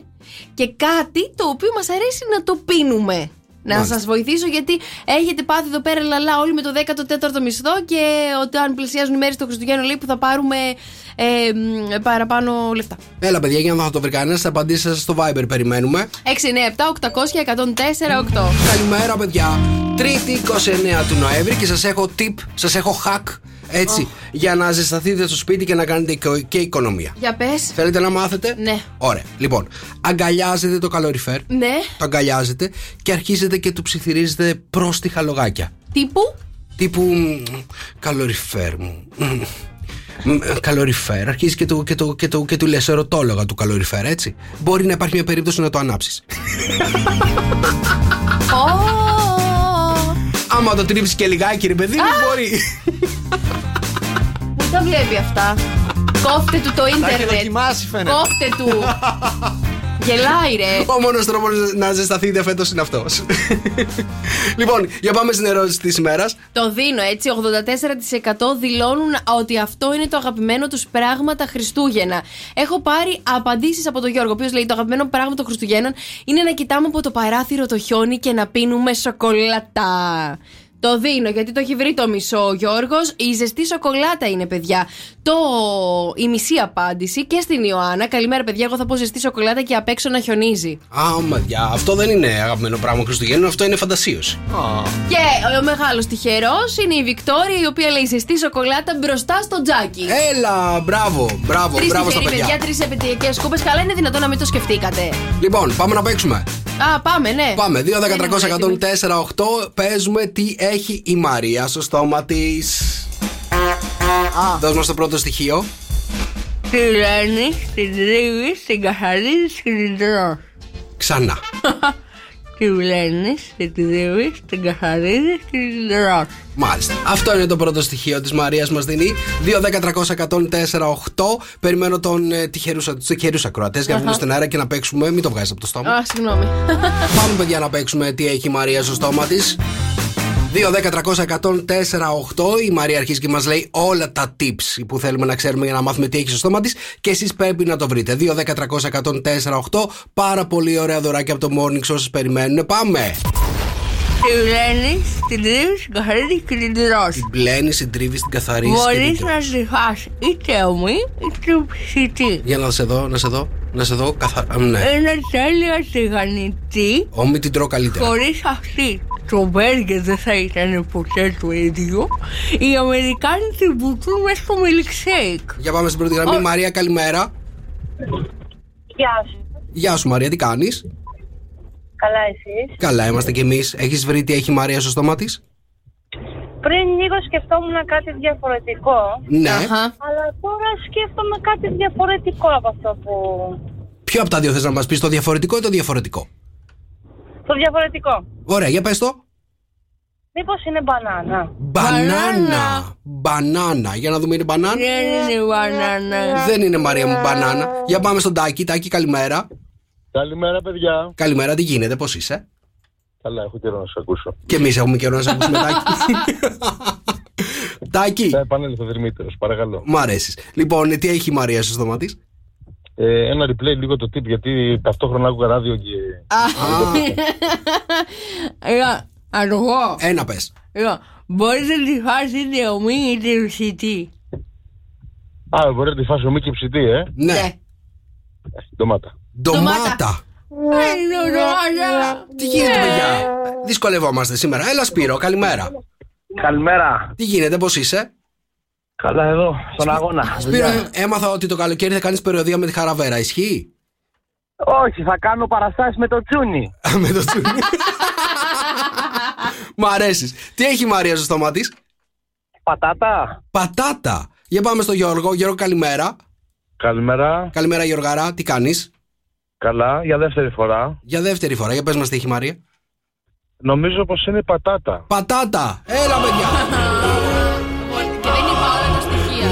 και κάτι το οποίο μας αρέσει να το πίνουμε. Να Μάλιστα. σας βοηθήσω γιατί έχετε πάθει εδώ πέρα λαλά όλοι με το 14ο μισθό και ότι αν πλησιάζουν οι μέρες του Χριστουγέννου λέει που θα πάρουμε ε, μ, παραπάνω λεφτά. Έλα, παιδιά, για να θα το βρει κανένας, θα απαντήσει στο Viber, περιμένουμε. 6, 9, 7, 800, 104, 8. Καλημέρα, παιδιά. Τρίτη 29 του Νοέμβρη και σας έχω tip, σας έχω hack. Έτσι, για να ζεσταθείτε στο σπίτι και να κάνετε και- και οικονομία. Για πες. Θέλετε να μάθετε. Ναι. Ωραία. Λοιπόν, αγκαλιάζετε το καλοριφέρ. Ναι. Το αγκαλιάζετε και αρχίζετε και του ψιθυρίζετε προς τη χαλογάκια. Τύπου. Τύπου. μ, Καλοριφέρ μου. μ, μ, Καλοριφέρ. Αρχίζεις και του, και του, και του, και του λες ερωτόλογα του καλοριφέρ, έτσι. Μπορεί να υπάρχει μια περίπτωση να το ανάψεις. Ω, Άμα το τρίψεις και λιγάκι, ρε παιδί μου, Α! μπορεί. Δεν τα βλέπει αυτά. Κόφτε του το ίντερνετ. δοκιμάσει, φαίνεται. Κόφτε του. Γελάει ρε. Ο μόνος τρόπος να ζεσταθείτε φέτος είναι αυτός. λοιπόν, για πάμε στην ερώτηση της ημέρας. Το δίνω έτσι. 84% δηλώνουν ότι αυτό είναι το αγαπημένο τους πράγμα τα Χριστούγεννα. Έχω πάρει απαντήσεις από τον Γιώργο, ο οποίος λέει: Το αγαπημένο πράγμα των Χριστουγέννων είναι να κοιτάμε από το παράθυρο το χιόνι και να πίνουμε σοκολάτα. Το δίνω γιατί το έχει βρει το μισό ο Γιώργος. Η ζεστή σοκολάτα είναι, παιδιά. Το, η μισή απάντηση και στην Ιωάννα. Καλημέρα, παιδιά. Εγώ θα πω ζεστή σοκολάτα και απ' έξω να χιονίζει. Α, μαδιά, αυτό δεν είναι αγαπημένο πράγμα Χριστουγέννων, αυτό είναι φαντασίωση. Και ο μεγάλος τυχερός είναι η Βικτόρια, η οποία λέει ζεστή σοκολάτα μπροστά στο τζάκι. Έλα, μπράβο, μπράβο, Τρεις μπράβο στα τυχεροί παιδιά. παιδιά, τρεις επιτυχίε κούπε. Καλά είναι δυνατόν να μην το σκεφτήκατε. Λοιπόν, πάμε να παίξουμε. Α, πάμε, ναι. Πάμε, 2, 10, 300, 104, 8. 104, Παίζουμε τι έχει η Μαρία στο στόμα της. Δώσ' μας το πρώτο στοιχείο. Τη λένε, την τρίβει, την καθαρίζεις και την τρώ. Ξανά. Τη λένε, την τρίβει, την καθαρίζεις και την τρώ. Μάλιστα. Αυτό είναι το πρώτο στοιχείο της Μαρίας μας δίνει. 2-10-300-104-8. Περιμένω τον ε, τυχερούς- τους τυχερούς ακροατές για να βγουν Αχα. στον αέρα και να παίξουμε. Μην το βγάζεις από το στόμα. Α, συγγνώμη. Πάμε, παιδιά, να παίξουμε τι έχει η Μαρία στο στόμα της. 2-10-300-104-8. Η Μαρία αρχίζει και μας λέει όλα τα tips που θέλουμε να ξέρουμε για να μάθουμε τι έχει στο στόμα της και εσείς πρέπει να το βρείτε. 2-10-300-104-8. Πάρα πολύ ωραία δωράκια από το morning show σας περιμένουν. Πάμε! Τη Τη βλένει, την τρίβεις, την καθαρίζεις και την τρώσει. Την πλένεις, την τρίβεις, την καθαρίζεις. Μπορείς να τη φας είτε ομή είτε ψητή. Για να σε δω, να σε δω, να σε δω καθαρά. Ναι. Ένα τέλεια τηγανιτή. Όμοι την τρώω καλύτερα. Χωρίς αυτή το μπέργκερ δεν θα ήταν ποτέ το ίδιο. Οι Αμερικάνοι την βουτούν μέσα στο milkshake. Για πάμε στην πρώτη γραμμή. Ο- Μαρία, καλημέρα. Γεια σου. Γεια σου, Μαρία, τι κάνεις. Καλά εσείς. Καλά είμαστε κι εμείς. Έχεις βρει τι έχει η Μαρία στο στόμα της. Πριν λίγο σκεφτόμουν κάτι διαφορετικό. Ναι. Αχα. Αλλά τώρα σκέφτομαι κάτι διαφορετικό από αυτό που... Ποιο από τα δύο θες να μας πεις, το διαφορετικό ή το διαφορετικό. Το διαφορετικό. Ωραία, για πες το. Μήπως είναι μπανάνα. Μπανάνα. Μπανάνα. Για να δούμε, είναι Ε, μπανάνα. Δεν είναι μπανάνα. Δεν είναι Μαρία μου μπανάνα. Για πάμε στον Τάκη. Τάκη, καλημέρα. Καλημέρα, παιδιά. Καλημέρα, τι γίνεται, πώς είσαι. Καλά, έχω καιρό να σα ακούσω. Και εμείς έχουμε καιρό να σε ακούσουμε, Τάκη. Τάκη. Θα επανέλθω, Δημήτρης, παρακαλώ. Μ' αρέσεις. Λοιπόν, τι έχει η Μαρία στο στόμα της. Ε, ένα replay λίγο το tip, γιατί ταυτόχρονα άκουγα ράδιο και. Λέω, αργό. Ένα πες. Λέω, μπορείτε να τη φας είτε ομή είτε ψητή. Α, μπορεί να τη φάσω μη και ψητή, ε. Ναι. Ντομάτα. Ντομάτα. Ε, Ε, Ναι. Τι γίνεται, παιδιά. Δυσκολευόμαστε σήμερα. Έλα, Σπύρο, καλημέρα. Καλημέρα. Τι γίνεται, πώς είσαι. Καλά, εδώ, στον αγώνα. Σπύρο, ε, έμαθα ότι το καλοκαίρι θα κάνεις περιοδία με τη χαραβέρα. Ισχύει. Όχι, θα κάνω παραστάσεις με το Τζούνι. με το τσουνί. Μ' αρέσεις. Τι έχει η Μαρία στο στόμα της. Πατάτα. Πατάτα. Για πάμε στο Γιώργο. Γιώργο, καλημέρα. Καλημέρα. Καλημέρα, Γιώργαρα. Τι κάνεις. Καλά, για δεύτερη φορά. Για δεύτερη φορά, για πες μας τι έχει η Μαρία. Νομίζω πως είναι πατάτα. Πατάτα. Έλα, παιδιά. Και δεν είπα όλα τα στοιχεία.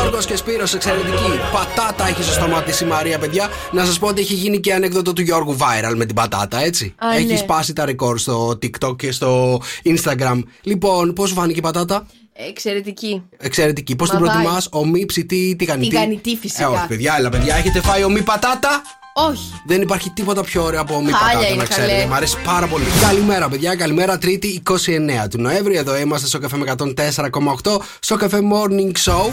Γιώργος και Σπύρος, εξαιρετική. Πατάτα έχει στο στόμα τη η Μαρία, παιδιά. Να σας πω ότι έχει γίνει και ανέκδοτο του Γιώργου viral με την πατάτα, έτσι. Α, έχει ναι. σπάσει τα ρεκόρ στο TikTok και στο Instagram. Λοιπόν, πώς σου φάνηκε η πατάτα. Εξαιρετική. Εξαιρετική. Πώς την Μα προτιμάς, ομοί, ψητή, τηγανιτή. Τηγανιτή, φυσικά. Ε, όχι, παιδιά, έλα, παιδιά. Έχετε φάει ομοί πατάτα. Όχι. Δεν υπάρχει τίποτα πιο ωραίο από ομοί Χάλια πατάτα, είναι, να ξέρετε. καλέ. Μ' αρέσει πάρα πολύ. Καλημέρα, παιδιά. Καλημέρα, Τρίτη 29 του Νοέμβρη. Εδώ είμαστε στο καφέ με 104,8 στο καφέ Morning Show.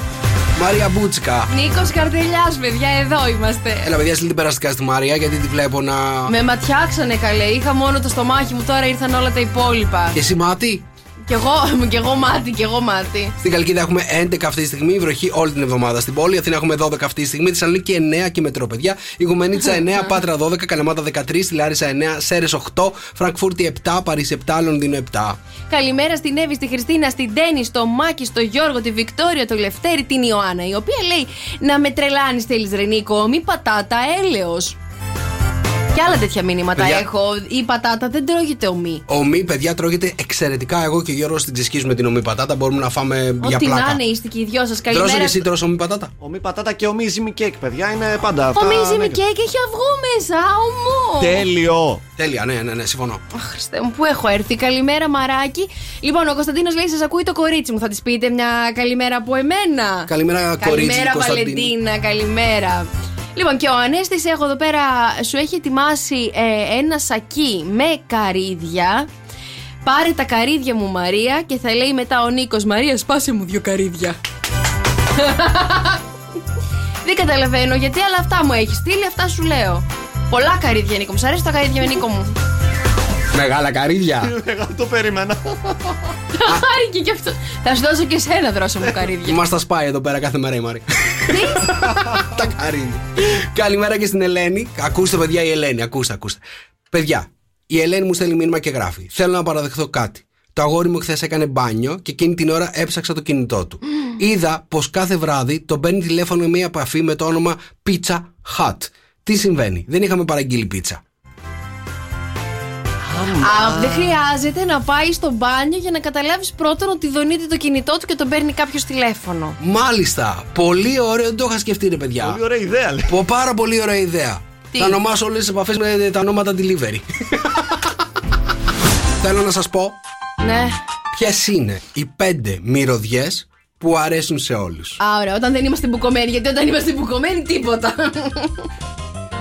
Μαρία Μπούτσικα. Νίκος Καρτελιά, παιδιά, εδώ είμαστε. Έλα, παιδιά, στείλτε περαστικά στη Μαρία γιατί τη βλέπω να. Με ματιάξανε καλέ. Είχα μόνο το στομάχι μου, τώρα ήρθαν όλα τα υπόλοιπα. Και εσύ μάτι. Κι εγώ, κι εγώ μάτι, κι εγώ μάτι. Στην Καλκίδα έχουμε 11 αυτή τη στιγμή, βροχή όλη την εβδομάδα στην πόλη. Αθήνα έχουμε 12 αυτή τη στιγμή, Θεσσαλονίκη 9 και μετρό, παιδιά. Ιγουμενίτσα 9, Πάτρα 12, Καλαμάτα 13, Λάρισα 9, Σέρε 8, Φραγκφούρτη 7, Παρίσι 7, Λονδίνο 7. Καλημέρα στην Εύη, στη Χριστίνα, στην Τέννη, στο Μάκη, στο Γιώργο, τη Βικτόρια, το Λευτέρη, την Ιωάννα, η οποία λέει να με τρελάνεις θέλεις Ρενίκο, μη πατάτα, έλεο. Και άλλα τέτοια μηνύματα Παιδιά. έχω. Η πατάτα δεν τρώγεται ομή. Ομή, παιδιά, τρώγεται εξαιρετικά. Εγώ και ο Γιώργος την ξεσκίζουμε την ομή πατάτα. Μπορούμε να φάμε για Ό,τι να πλάκα. είναι, είστε και οι δυο σας. Τρώσε και Καλημέρα. εσύ τρως ομή πατάτα. Ομί πατάτα και ομί ζυμι κέικ, παιδιά, είναι πάντα αυτά. Ο Μίζι ναι. Μικέικ έχει αυγό μέσα, ομό. Τέλειο. Τέλεια, ναι, ναι, ναι, συμφωνώ. Χριστέ μου, πού έχω έρθει. Καλημέρα, μαράκι. Λοιπόν, ο Κωνσταντίνος λέει: Σας ακούει το κορίτσι μου. Θα της πείτε μια καλημέρα από εμένα. Καλημέρα, κορίτσι. Καλημέρα, Κωνσταντίνη. Βαλεντίνα. Καλημέρα. Λοιπόν, και ο Ανέστης έχω εδώ πέρα σου έχει ετοιμάσει ε, ένα σακί με καρύδια. Πάρε τα καρύδια μου, Μαρία, και θα λέει μετά ο Νίκος Μαρία, σπάσε μου δύο καρύδια. Δεν καταλαβαίνω γιατί, αλλά αυτά μου έχεις στείλει, αυτά σου λέω. Πολλά καρύδια, Νίκο μου. Σ' αρέσει τα καρύδια, Νίκο μου. Μεγάλα καρύδια. Εγώ το περίμενα. Χάρηκε κι αυτό. Θα σου δώσω και σένα δρόσο μου καρύδια. Μας τα σπάει εδώ πέρα κάθε μέρα η Μαρή. τα καρύδια. Καλημέρα και στην Ελένη. Ακούστε, παιδιά, η Ελένη. Ακούστε, ακούστε. Παιδιά, η Ελένη μου στέλνει μήνυμα και γράφει. Θέλω να παραδεχθώ κάτι. Το αγόρι μου χθες έκανε μπάνιο και εκείνη την ώρα έψαξα το κινητό του. Είδα πως κάθε βράδυ τον παίρνει τηλέφωνο με μια επαφή με το όνομα Pizza Hut. Τι συμβαίνει, δεν είχαμε παραγγείλει πίτσα. Α, δεν χρειάζεται να πάει στο μπάνιο για να καταλάβεις πρώτον ότι δονείται το κινητό του και τον παίρνει κάποιος τηλέφωνο. Μάλιστα, πολύ ωραίο, δεν το είχα σκεφτεί, ρε παιδιά. Πολύ ωραία ιδέα, λέει. Πω, πάρα πολύ ωραία ιδέα. Τι? Θα ονομάσω όλες τις επαφές με ε, τα ονόματα delivery. Θέλω να σας πω Ναι. ποιες είναι οι πέντε μυρωδιές που αρέσουν σε όλους. Α, ωραία, όταν δεν είμαστε μπουκωμένοι, γιατί όταν είμαστε μπουκωμένοι, τίποτα.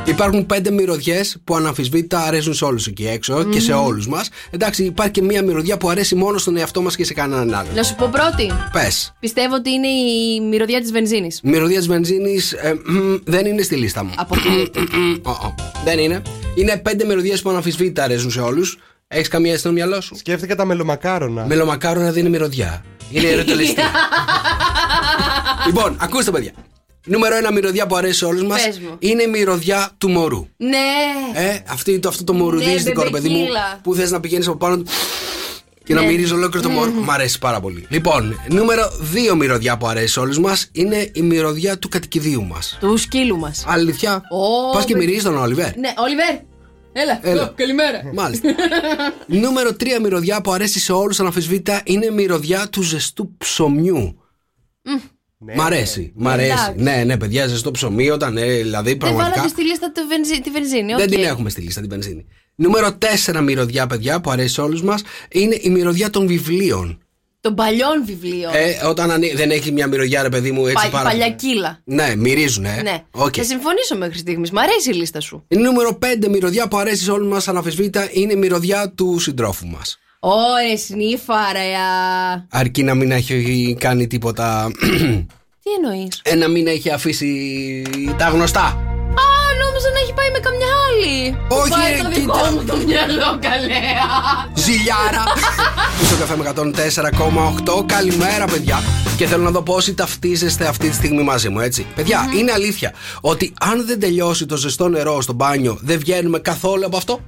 Υπάρχουν πέντε μυρωδιές που αναμφισβήτητα αρέσουν σε όλους εκεί έξω και σε όλους μας. Εντάξει, υπάρχει και μία μυρωδιά που αρέσει μόνο στον εαυτό μας και σε κανέναν άλλον. Να σου πω πρώτη. Πες. Πιστεύω ότι είναι η μυρωδιά της βενζίνης. Μυρωδιά της βενζίνης ε, δεν είναι στη λίστα μου. Αποκλείεται. Μμμ, ω, ω. Δεν είναι. Είναι πέντε μυρωδιές που αναμφισβήτητα αρέσουν σε όλους. Έχεις καμία αίσθηση στο μυαλό σου. Σκέφτηκα τα μελομακάρονα. Μελομακάρονα δεν είναι μυρωδιά. Είναι ερωτελιστή. λοιπόν, ακούστε παιδιά. Νούμερο ένα μυρωδιά που αρέσει σε όλους μας Πες μου. είναι η μυρωδιά του μωρού. Ναι. Ε, αυτή, το, αυτό το μορουδίστικο, Ναι, ρε παιδί μου, μπεμπεκίλα. που θες να πηγαίνεις από πάνω του και να Ναι. μυρίζει ολόκληρο το μωρό. Μ' αρέσει πάρα πολύ. Λοιπόν, νούμερο 2 μυρωδιά που αρέσει σε όλους μας είναι η μυρωδιά του κατοικιδίου μας. Του σκύλου μας. Αλήθεια. Πας και μυρίζεις τον Όλιβερ. Ναι, Όλιβερ. Έλα. Έλα. Ω, Καλημέρα. Μάλιστα. Νούμερο 3 μυρωδιά που αρέσει σε όλους αναφυσβήτητα είναι η μυρωδιά του ζεστού ψωμιού. Μ' αρέσει. Μ' αρέσει. Εντάξει. Ναι, ναι, παιδιά, ζεστό ψωμί όταν. ε, δηλαδή, Δεν πραγματικά. βάλατε στη λίστα τη βενζι... τη βενζίνη. Δεν οκ. την έχουμε στη λίστα την βενζίνη. Νούμερο 4 μυρωδιά, παιδιά, που αρέσει σε όλους μας, είναι η μυρωδιά των βιβλίων. Των παλιών βιβλίων. Ε, όταν ανοί- δεν έχει μια μυρωδιά, ρε παιδί μου, έτσι Πα- πάρα Παλιά κύλα. Ναι, μυρίζουν, ε. Ναι. Οκ. Θα συμφωνήσω μέχρι στιγμής. Μ' αρέσει η λίστα σου. Νούμερο 5 μυρωδιά που αρέσει σε όλους μας, αναφεσβήτα, είναι η μυρωδιά του συντρόφου μας. Ωρε, συνήφαρα. ε, Αρκεί να μην έχει κάνει τίποτα. Τι εννοείς. ε, να μην έχει αφήσει τα γνωστά. Α, νόμιζα να έχει πάει με καμιά άλλη. Όχι, Πάει ρε, το κοίτα. δικό μου το μυαλό, καλέ. Ζηλιάρα! Στο καφέ με 104,8. Καλημέρα, παιδιά. Και θέλω να δω πόσοι ταυτίζεστε αυτή τη στιγμή μαζί μου, έτσι. Παιδιά, Ναι. είναι αλήθεια ότι αν δεν τελειώσει το ζεστό νερό στο μπάνιο, δεν βγαίνουμε καθόλου από αυτό.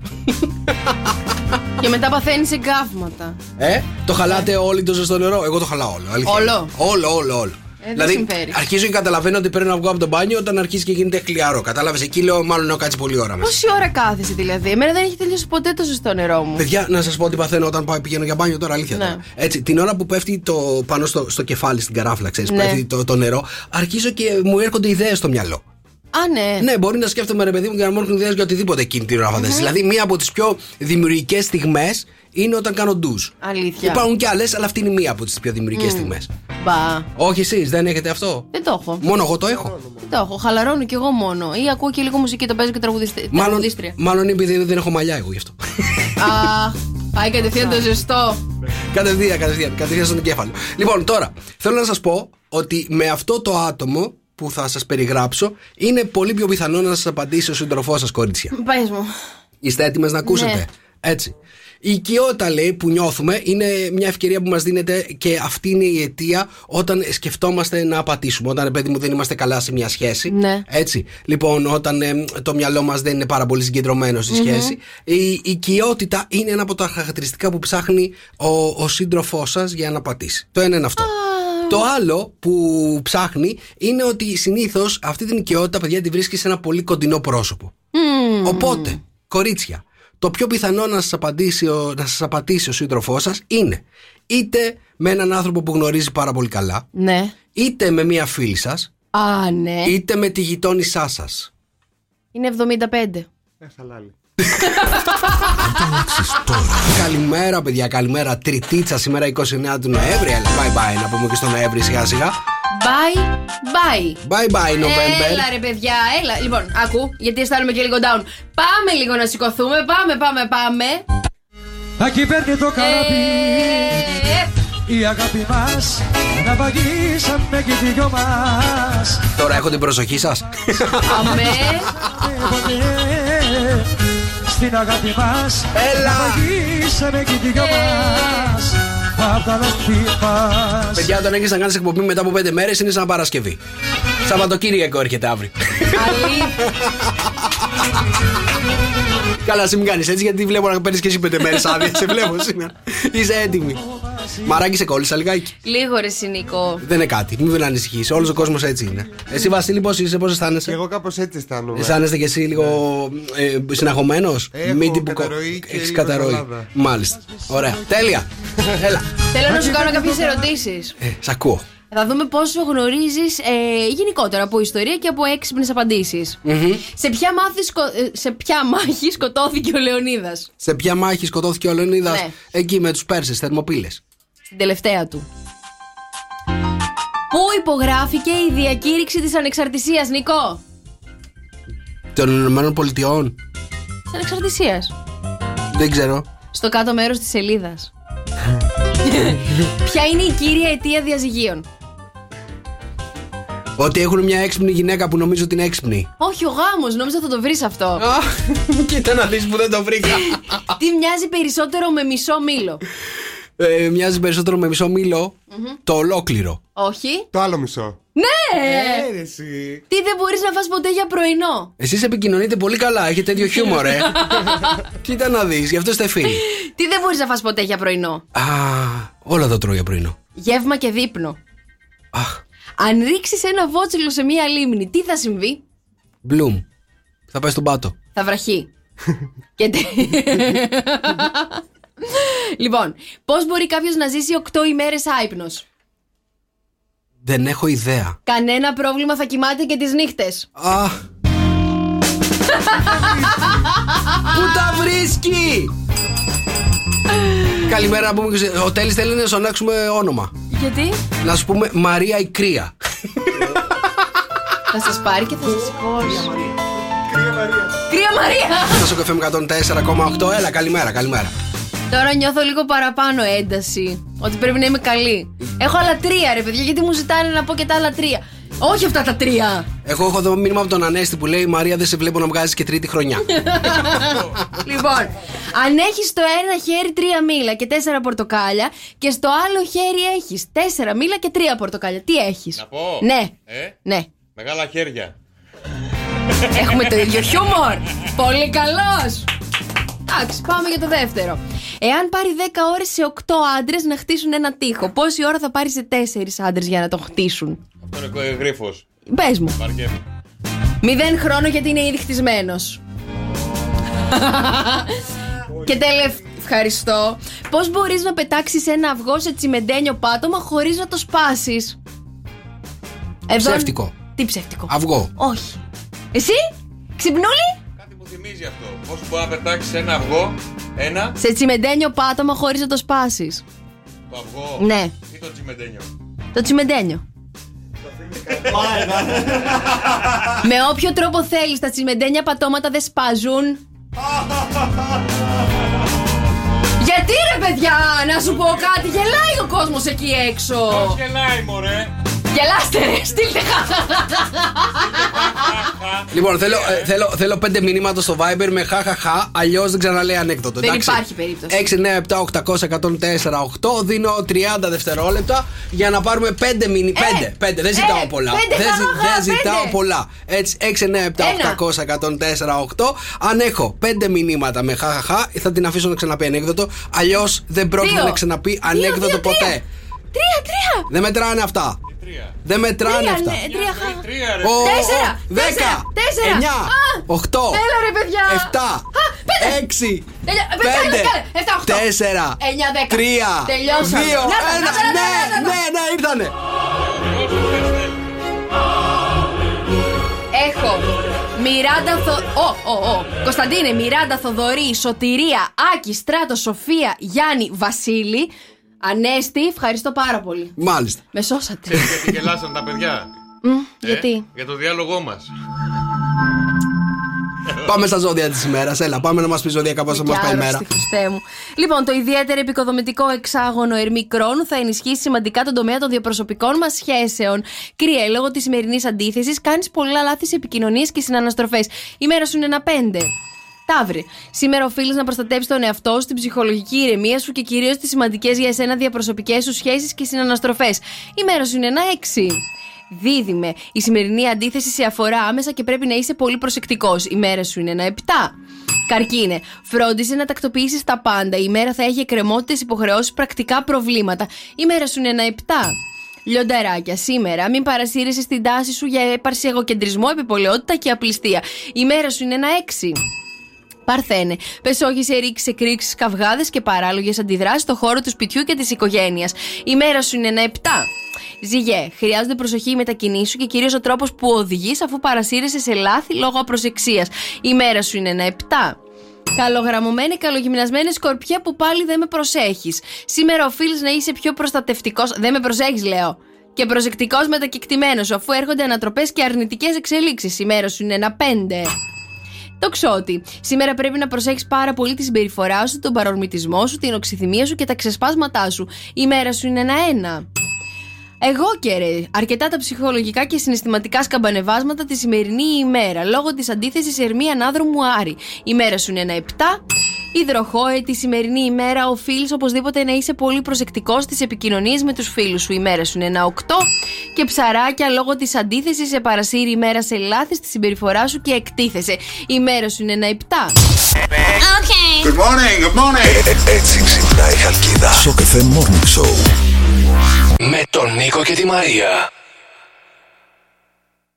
Και μετά παθαίνει εγκάβματα. Ε, το χαλάτε όλοι το ζεστό νερό. Εγώ το χαλάω όλο. αλήθεια. Όλο. Όλο, όλο, όλο. Ε, δεν δηλαδή, συμφέρει. αρχίζω και καταλαβαίνω ότι πρέπει να βγω από το μπάνιο όταν αρχίζει και γίνεται χλιαρό. Κατάλαβες εκεί, λέω, μάλλον έχω κάτσει πολλή ώρα μέσα. Πόση ώρα κάθεσαι δηλαδή. Εμένα δεν έχει τελειώσει ποτέ το ζεστό νερό μου. Παιδιά, να σας πω τι παθαίνω όταν πάω, πηγαίνω για μπάνιο τώρα, αλήθεια. Ναι. τώρα. Έτσι, την ώρα που πέφτει το, πάνω στο, στο κεφάλι, στην καράφλα, ξέρεις, Ναι. πέφτει το, το νερό, αρχίζω και μου έρχονται ιδέες στο μυαλό. Α, ναι. Ναι, μπορεί να σκέφτομαι ρε παιδί μου και να μου έρχονται ιδέες για οτιδήποτε εκείνη την ώρα φαντάζεσαι. Δηλαδή, μία από τις πιο δημιουργικές στιγμές είναι όταν κάνω ντουζ. Αλήθεια. Υπάρχουν και άλλες, αλλά αυτή είναι μία από τις πιο δημιουργικές Μμ. στιγμές. Μπα. Όχι εσείς, δεν έχετε αυτό. Δεν το έχω. Μόνο εγώ το έχω. Δεν το έχω. Χαλαρώνω κι εγώ μόνο. Ή ακούω και λίγο μουσική, το παίζω και τραγουδιστή. Μάλλον, τραγουδίστρια. μάλλον επειδή δεν έχω μαλλιά εγώ γι' αυτό. Αχ, πάει κατευθείαν το ζεστό. Κατευθείαν, κατευθείαν, κατευθείαν στον εγκέφαλο. Λοιπόν, τώρα θέλω να σας πω ότι με αυτό το άτομο που θα σας περιγράψω είναι πολύ πιο πιθανό να σας απαντήσει ο σύντροφός σας, κορίτσια. Πες μου. Είστε έτοιμες να ακούσετε. Ναι. Έτσι. Η οικειότητα λέει που νιώθουμε είναι μια ευκαιρία που μας δίνεται και αυτή είναι η αιτία όταν σκεφτόμαστε να απατήσουμε. Όταν, ρε παιδί μου, δεν είμαστε καλά σε μια σχέση. Ναι. Έτσι. Λοιπόν, όταν ε, το μυαλό μας δεν είναι πάρα πολύ συγκεντρωμένο στη Μμμ. σχέση. Η οικειότητα είναι ένα από τα χαρακτηριστικά που ψάχνει ο, ο σύντροφός σας για να πατήσει. Το ένα είναι αυτό. Το άλλο που ψάχνει είναι ότι συνήθως αυτή την οικειότητα, παιδιά, τη βρίσκει σε ένα πολύ κοντινό πρόσωπο. Μμμ. Οπότε, κορίτσια, το πιο πιθανό να σας απαντήσει ο, να σας απαντήσει ο σύντροφός σας είναι είτε με έναν άνθρωπο που γνωρίζει πάρα πολύ καλά, Ναι. είτε με μία φίλη σας, Α, ναι. είτε με τη γειτόνισά σας. Είναι 75. Καλημέρα, παιδιά, καλημέρα. Τριτίτσα σήμερα 29 του Νοέμβρη. Έλα, bye bye, να πούμε και στο Νοέμβρη σιγά σιγά. Bye, bye. Bye bye, November. Έλα ρε παιδιά, έλα. Λοιπόν, άκου, γιατί αισθάνομαι και λίγο down. Πάμε λίγο να σηκωθούμε, πάμε, πάμε, πάμε. Εκεί παίρνει το καράβι Ε, η αγάπη μας Να βαγίσαμε και οι δυο μας Τώρα έχω την προσοχή σας. αμέ. Ε, Στην αγάπη μας Έλα. Να βαγίσαμε και οι δυο μας Απ' τα λάθη μας Παιδιά, όταν έχεις να κάνεις εκπομπή μετά από 5 μέρες είναι σαν Παρασκευή. Σαββατοκύριακο έρχεται αύριο. Αλήθεια. Καλά, εσύ μην κάνεις έτσι, γιατί βλέπω να παίρνεις και εσύ πέντε μέρες άδεια. σε βλέπω σήμερα. Είσαι έτοιμη. Μαράκι, σε κόλλησα λιγάκι. Λίγο ρε συνικό. Δεν είναι κάτι, μην ανησυχείς. Όλος ο κόσμος έτσι είναι. Εσύ, Βασίλη, πώς είσαι, πώς αισθάνεσαι. Εγώ κάπως έτσι αισθάνομαι. Αισθάνεσαι κι εσύ λίγο ε, συναγωμένος. Έχω καταρροή και λίγο ζαλάδα. Μάλιστα. Ωραία. Τέλεια. Έλα. Θέλω να σου κάνω κάποιε ερωτήσεις. Ε, σ' ακούω. Θα δούμε πόσο γνωρίζει γενικότερα από ιστορία και από έξυπνες απαντήσεις. Μμμ. Σε, ποια μάθη σκο- ε, σε ποια μάχη σκοτώθηκε ο Λεωνίδας, Σε ποια μάχη σκοτώθηκε ο Λεωνίδας Ναι. εκεί με τους Πέρσες, θερμοπύλες. στην τελευταία του. Πού υπογράφηκε η διακήρυξη της ανεξαρτησίας, Νικό? Των Ηνωμένων Πολιτειών. Της ανεξαρτησίας. Δεν ξέρω. Στο κάτω μέρος της σελίδας. Ποια είναι η κύρια αιτία διαζυγίων. Ότι έχουν μια έξυπνη γυναίκα που νομίζω ότι είναι έξυπνη. Όχι, ο γάμος, νόμιζα θα το βρεις αυτό. Κοίτα να δεις που δεν το βρήκα. Τι μοιάζει περισσότερο με μισό μήλο. Ε, μοιάζει περισσότερο με μισό μήλο. Μμμ. Το ολόκληρο. Όχι. Το άλλο μισό. Ναι! Ε, εσύ. Τι δεν μπορείς να φας ποτέ για πρωινό. Εσείς επικοινωνείτε πολύ καλά, έχετε τέτοιο χιούμορ, ε. Κοίτα να δεις, γι' αυτό είστε φίλοι. Τι δεν μπορείς να φας ποτέ για πρωινό. Α, όλα τα τρώω για πρωινό. Γεύμα και δείπνο. Αν ρίξεις ένα βότσιλο σε μία λίμνη, τι θα συμβεί. Μπλουμ. Θα πάει στον πάτο. Θα βραχεί. και τε... λοιπόν, πώς μπορεί κάποιος να ζήσει 8 ημέρες άϊπνος. Δεν έχω ιδέα. Κανένα πρόβλημα θα κοιμάται και τις νύχτες. Α. Πού τα βρίσκει! Καλημέρα να πούμε. και σε- Ο Τέλης θέλει να σου αλλάξουμε όνομα. Γιατί Να σου πούμε Μαρία η Κρία. θα σας πάρει και θα σας σηκώσει. Κρύα Μαρία! Θα σου καφέ με 104,8. Έλα, καλημέρα, καλημέρα. Τώρα νιώθω λίγο παραπάνω ένταση. Ότι πρέπει να είμαι καλή. Έχω άλλα τρία, ρε παιδιά, γιατί μου ζητάνε να πω και τα άλλα τρία. Όχι αυτά τα τρία. Εγώ έχω εδώ μήνυμα από τον Ανέστη που λέει Μαρία δεν σε βλέπω να βγάζεις και τρίτη χρονιά. λοιπόν, αν έχεις στο ένα χέρι τρία μήλα και τέσσερα πορτοκάλια και στο άλλο χέρι έχεις τέσσερα μήλα και τρία πορτοκάλια, τι έχεις. Να πω. Ναι. Ε? Ναι. Μεγάλα χέρια. Έχουμε το ίδιο χιούμορ. Πολύ καλός. Εντάξει, πάμε για το δεύτερο. Εάν πάρει 10 ώρες σε 8 άντρες να χτίσουν ένα τοίχο, πόση ώρα θα πάρει σε 4 άντρες για να τον χτίσουν. Αυτό είναι γρίφος. Πες μου. Μηδέν χρόνο γιατί είναι ήδη χτισμένος. Και τελευταίο. Ευχαριστώ. Πώς μπορείς να πετάξεις ένα αυγό σε τσιμεντένιο πάτωμα χωρίς να το σπάσεις. Ψεύτικο. Τι ψεύτικο. Αυγό. Όχι. Εσύ, ξυπνούλη. Θυμίζει αυτό. Πώς μπορείς να πετάξεις ένα αυγό, ένα. Σε τσιμεντένιο πάτωμα χωρίς να το σπάσεις. Το αυγό. Ναι. Ή το τσιμεντένιο. Το τσιμεντένιο. Με όποιο τρόπο θέλεις, τα τσιμεντένια πατώματα δεν σπάζουν. Γιατί ρε παιδιά, να σου πω κάτι, γελάει ο κόσμος εκεί έξω. Πώς γελάει, μωρέ. Γελάστε ρε, στείλτε Λοιπόν, θέλω, ε, θέλω, θέλω πέντε μηνύματα στο Viber με χαχαχα, αλλιώς δεν ξαναλέει ανέκδοτο. Δεν εντάξει? υπάρχει περίπτωση. 6, 9, 7, 800, 104, 8. Δίνω 30 δευτερόλεπτα για να πάρουμε πέντε μήνυ. Πέντε, πέντε. Δεν ζητάω πολλά. Ε, πέντε δεν, ζη- χαχαχα, δεν ζητάω πέντε. πολλά. Έτσι, 6, 9, 7, 800, 104, 8. Αν έχω πέντε μηνύματα με χαχαχα, θα την αφήσω να ξαναπεί ανέκδοτο. Αλλιώς δεν πρόκειται Δύο. να ξαναπεί Δύο, ανέκδοτο δύο, τρία. ποτέ. Τρία, τρία. Δεν μετράνε αυτά. Δεν μετράνε Τρία, αυτά. ναι, τρία χα- ρε. Τέσσερα, Ω, δέκα, τέσσερα, τέσσερα, εννιά, Α, οχτώ, Έλα ρε παιδιά. εφτά, Α, πέντε. Έξι. Τελειώ- πέντε, κάνε, κάνε. Εφτά, οχτώ. τέσσερα, Εννιά, δέκα. τρία, Τελειώσαμε. δύο, Να τα, ένα. να τα, να τα, Ναι, να τα. ναι, ναι, ήρθανε. Έχω Μιράντα Θο... Ω, ω, ω. Κωνσταντίνε, Μιράντα Θοδωρή, Σωτηρία, Άκη, Στράτο, Σοφία, Γιάννη, Βασίλη. Ανέστη, ευχαριστώ πάρα πολύ. Μάλιστα. Με σώσατε. Ξέρεις γιατί γελάσαν τα παιδιά. Μμ, Ε, γιατί. Για το διάλογό μας. Πάμε στα ζώδια της ημέρας. Έλα, πάμε να μας πει ζώδια κάπως Κι μα πάει η μέρα. άρρωστη, Χριστέ μου. Λοιπόν, το ιδιαίτερο επικοδομητικό εξάγωνο ερμή χρόνου θα ενισχύσει σημαντικά τον τομέα των διαπροσωπικών μας σχέσεων. Κρύε, λόγω της σημερινής αντίθεσης, κάνεις πολλά λάθη σε επικοινωνίες και συναναστροφές. Η μέρα σου είναι ένα πέντε. Ταύρη. Σήμερα οφείλει να προστατεύσει τον εαυτό σου, την ψυχολογική ηρεμία σου και κυρίως τις σημαντικές για εσένα διαπροσωπικές σου σχέσεις και συναναστροφές. Η μέρα σου είναι ένα έξι. Δίδυμε. Η σημερινή αντίθεση σε αφορά άμεσα και πρέπει να είσαι πολύ προσεκτικός. Η μέρα σου είναι ένα 7. Καρκίνε. Φρόντισε να τακτοποιήσεις τα πάντα. Η μέρα θα έχει εκκρεμότητες, υποχρεώσεις, πρακτικά προβλήματα. Η μέρα σου είναι ένα 7. Λιονταράκια, σήμερα μην παρασύρεσαι στην τάση σου για έπαρση εγωκεντρισμό, επιπολαιότητα και απληστία. Η μέρα σου είναι ένα 6. Παρθένε. Πεσόγησε ρίξει, εκρήξει, καυγάδες και παράλογες αντιδράσεις στο χώρο του σπιτιού και της οικογένειας. Η μέρα σου είναι ένα 7. Ζυγέ, χρειάζονται προσοχή οι μετακινήσεις σου και κυρίως ο τρόπος που οδηγείς αφού παρασύρεσαι σε λάθη λόγω απροσεξίας. Η μέρα σου είναι ένα 7. Καλογραμμωμένη, καλογυμνασμένη σκορπιά που πάλι δεν με προσέχεις. Σήμερα οφείλεις να είσαι πιο προστατευτικός. Δεν με προσέχεις, λέω. Και προσεκτικός με τα κεκτημένα σου, αφού έρχονται ανατροπές και αρνητικές εξελίξεις. Η μέρα σου είναι ένα πέντε. Το ξότι. Σήμερα πρέπει να προσέχεις πάρα πολύ τη συμπεριφορά σου, τον παρορμητισμό σου, την οξυθυμία σου και τα ξεσπάσματά σου. Η μέρα σου είναι ένα-ένα. Εγώ και ρε, αρκετά τα ψυχολογικά και συναισθηματικά σκαμπανεβάσματα τη σημερινή ημέρα, λόγω της αντίθεσης Ερμή Ανάδρομου Άρη. Η μέρα σου είναι ένα 7. Υδροχόε, τη σημερινή ημέρα οφείλει οπωσδήποτε να είσαι πολύ προσεκτικός στις επικοινωνίες με τους φίλους σου. Η μέρα σου είναι ένα 8. Και ψαράκια, λόγω της αντίθεσης, σε παρασύρει η μέρα σε λάθη στη συμπεριφορά σου και εκτίθεσαι. Η μέρα σου είναι ένα 7. Okay. Good morning, good morning. Ε- Έτσι ξυπνάει η Χαλκίδα. Στο Morning Show. Με τον Νίκο και τη Μαρία.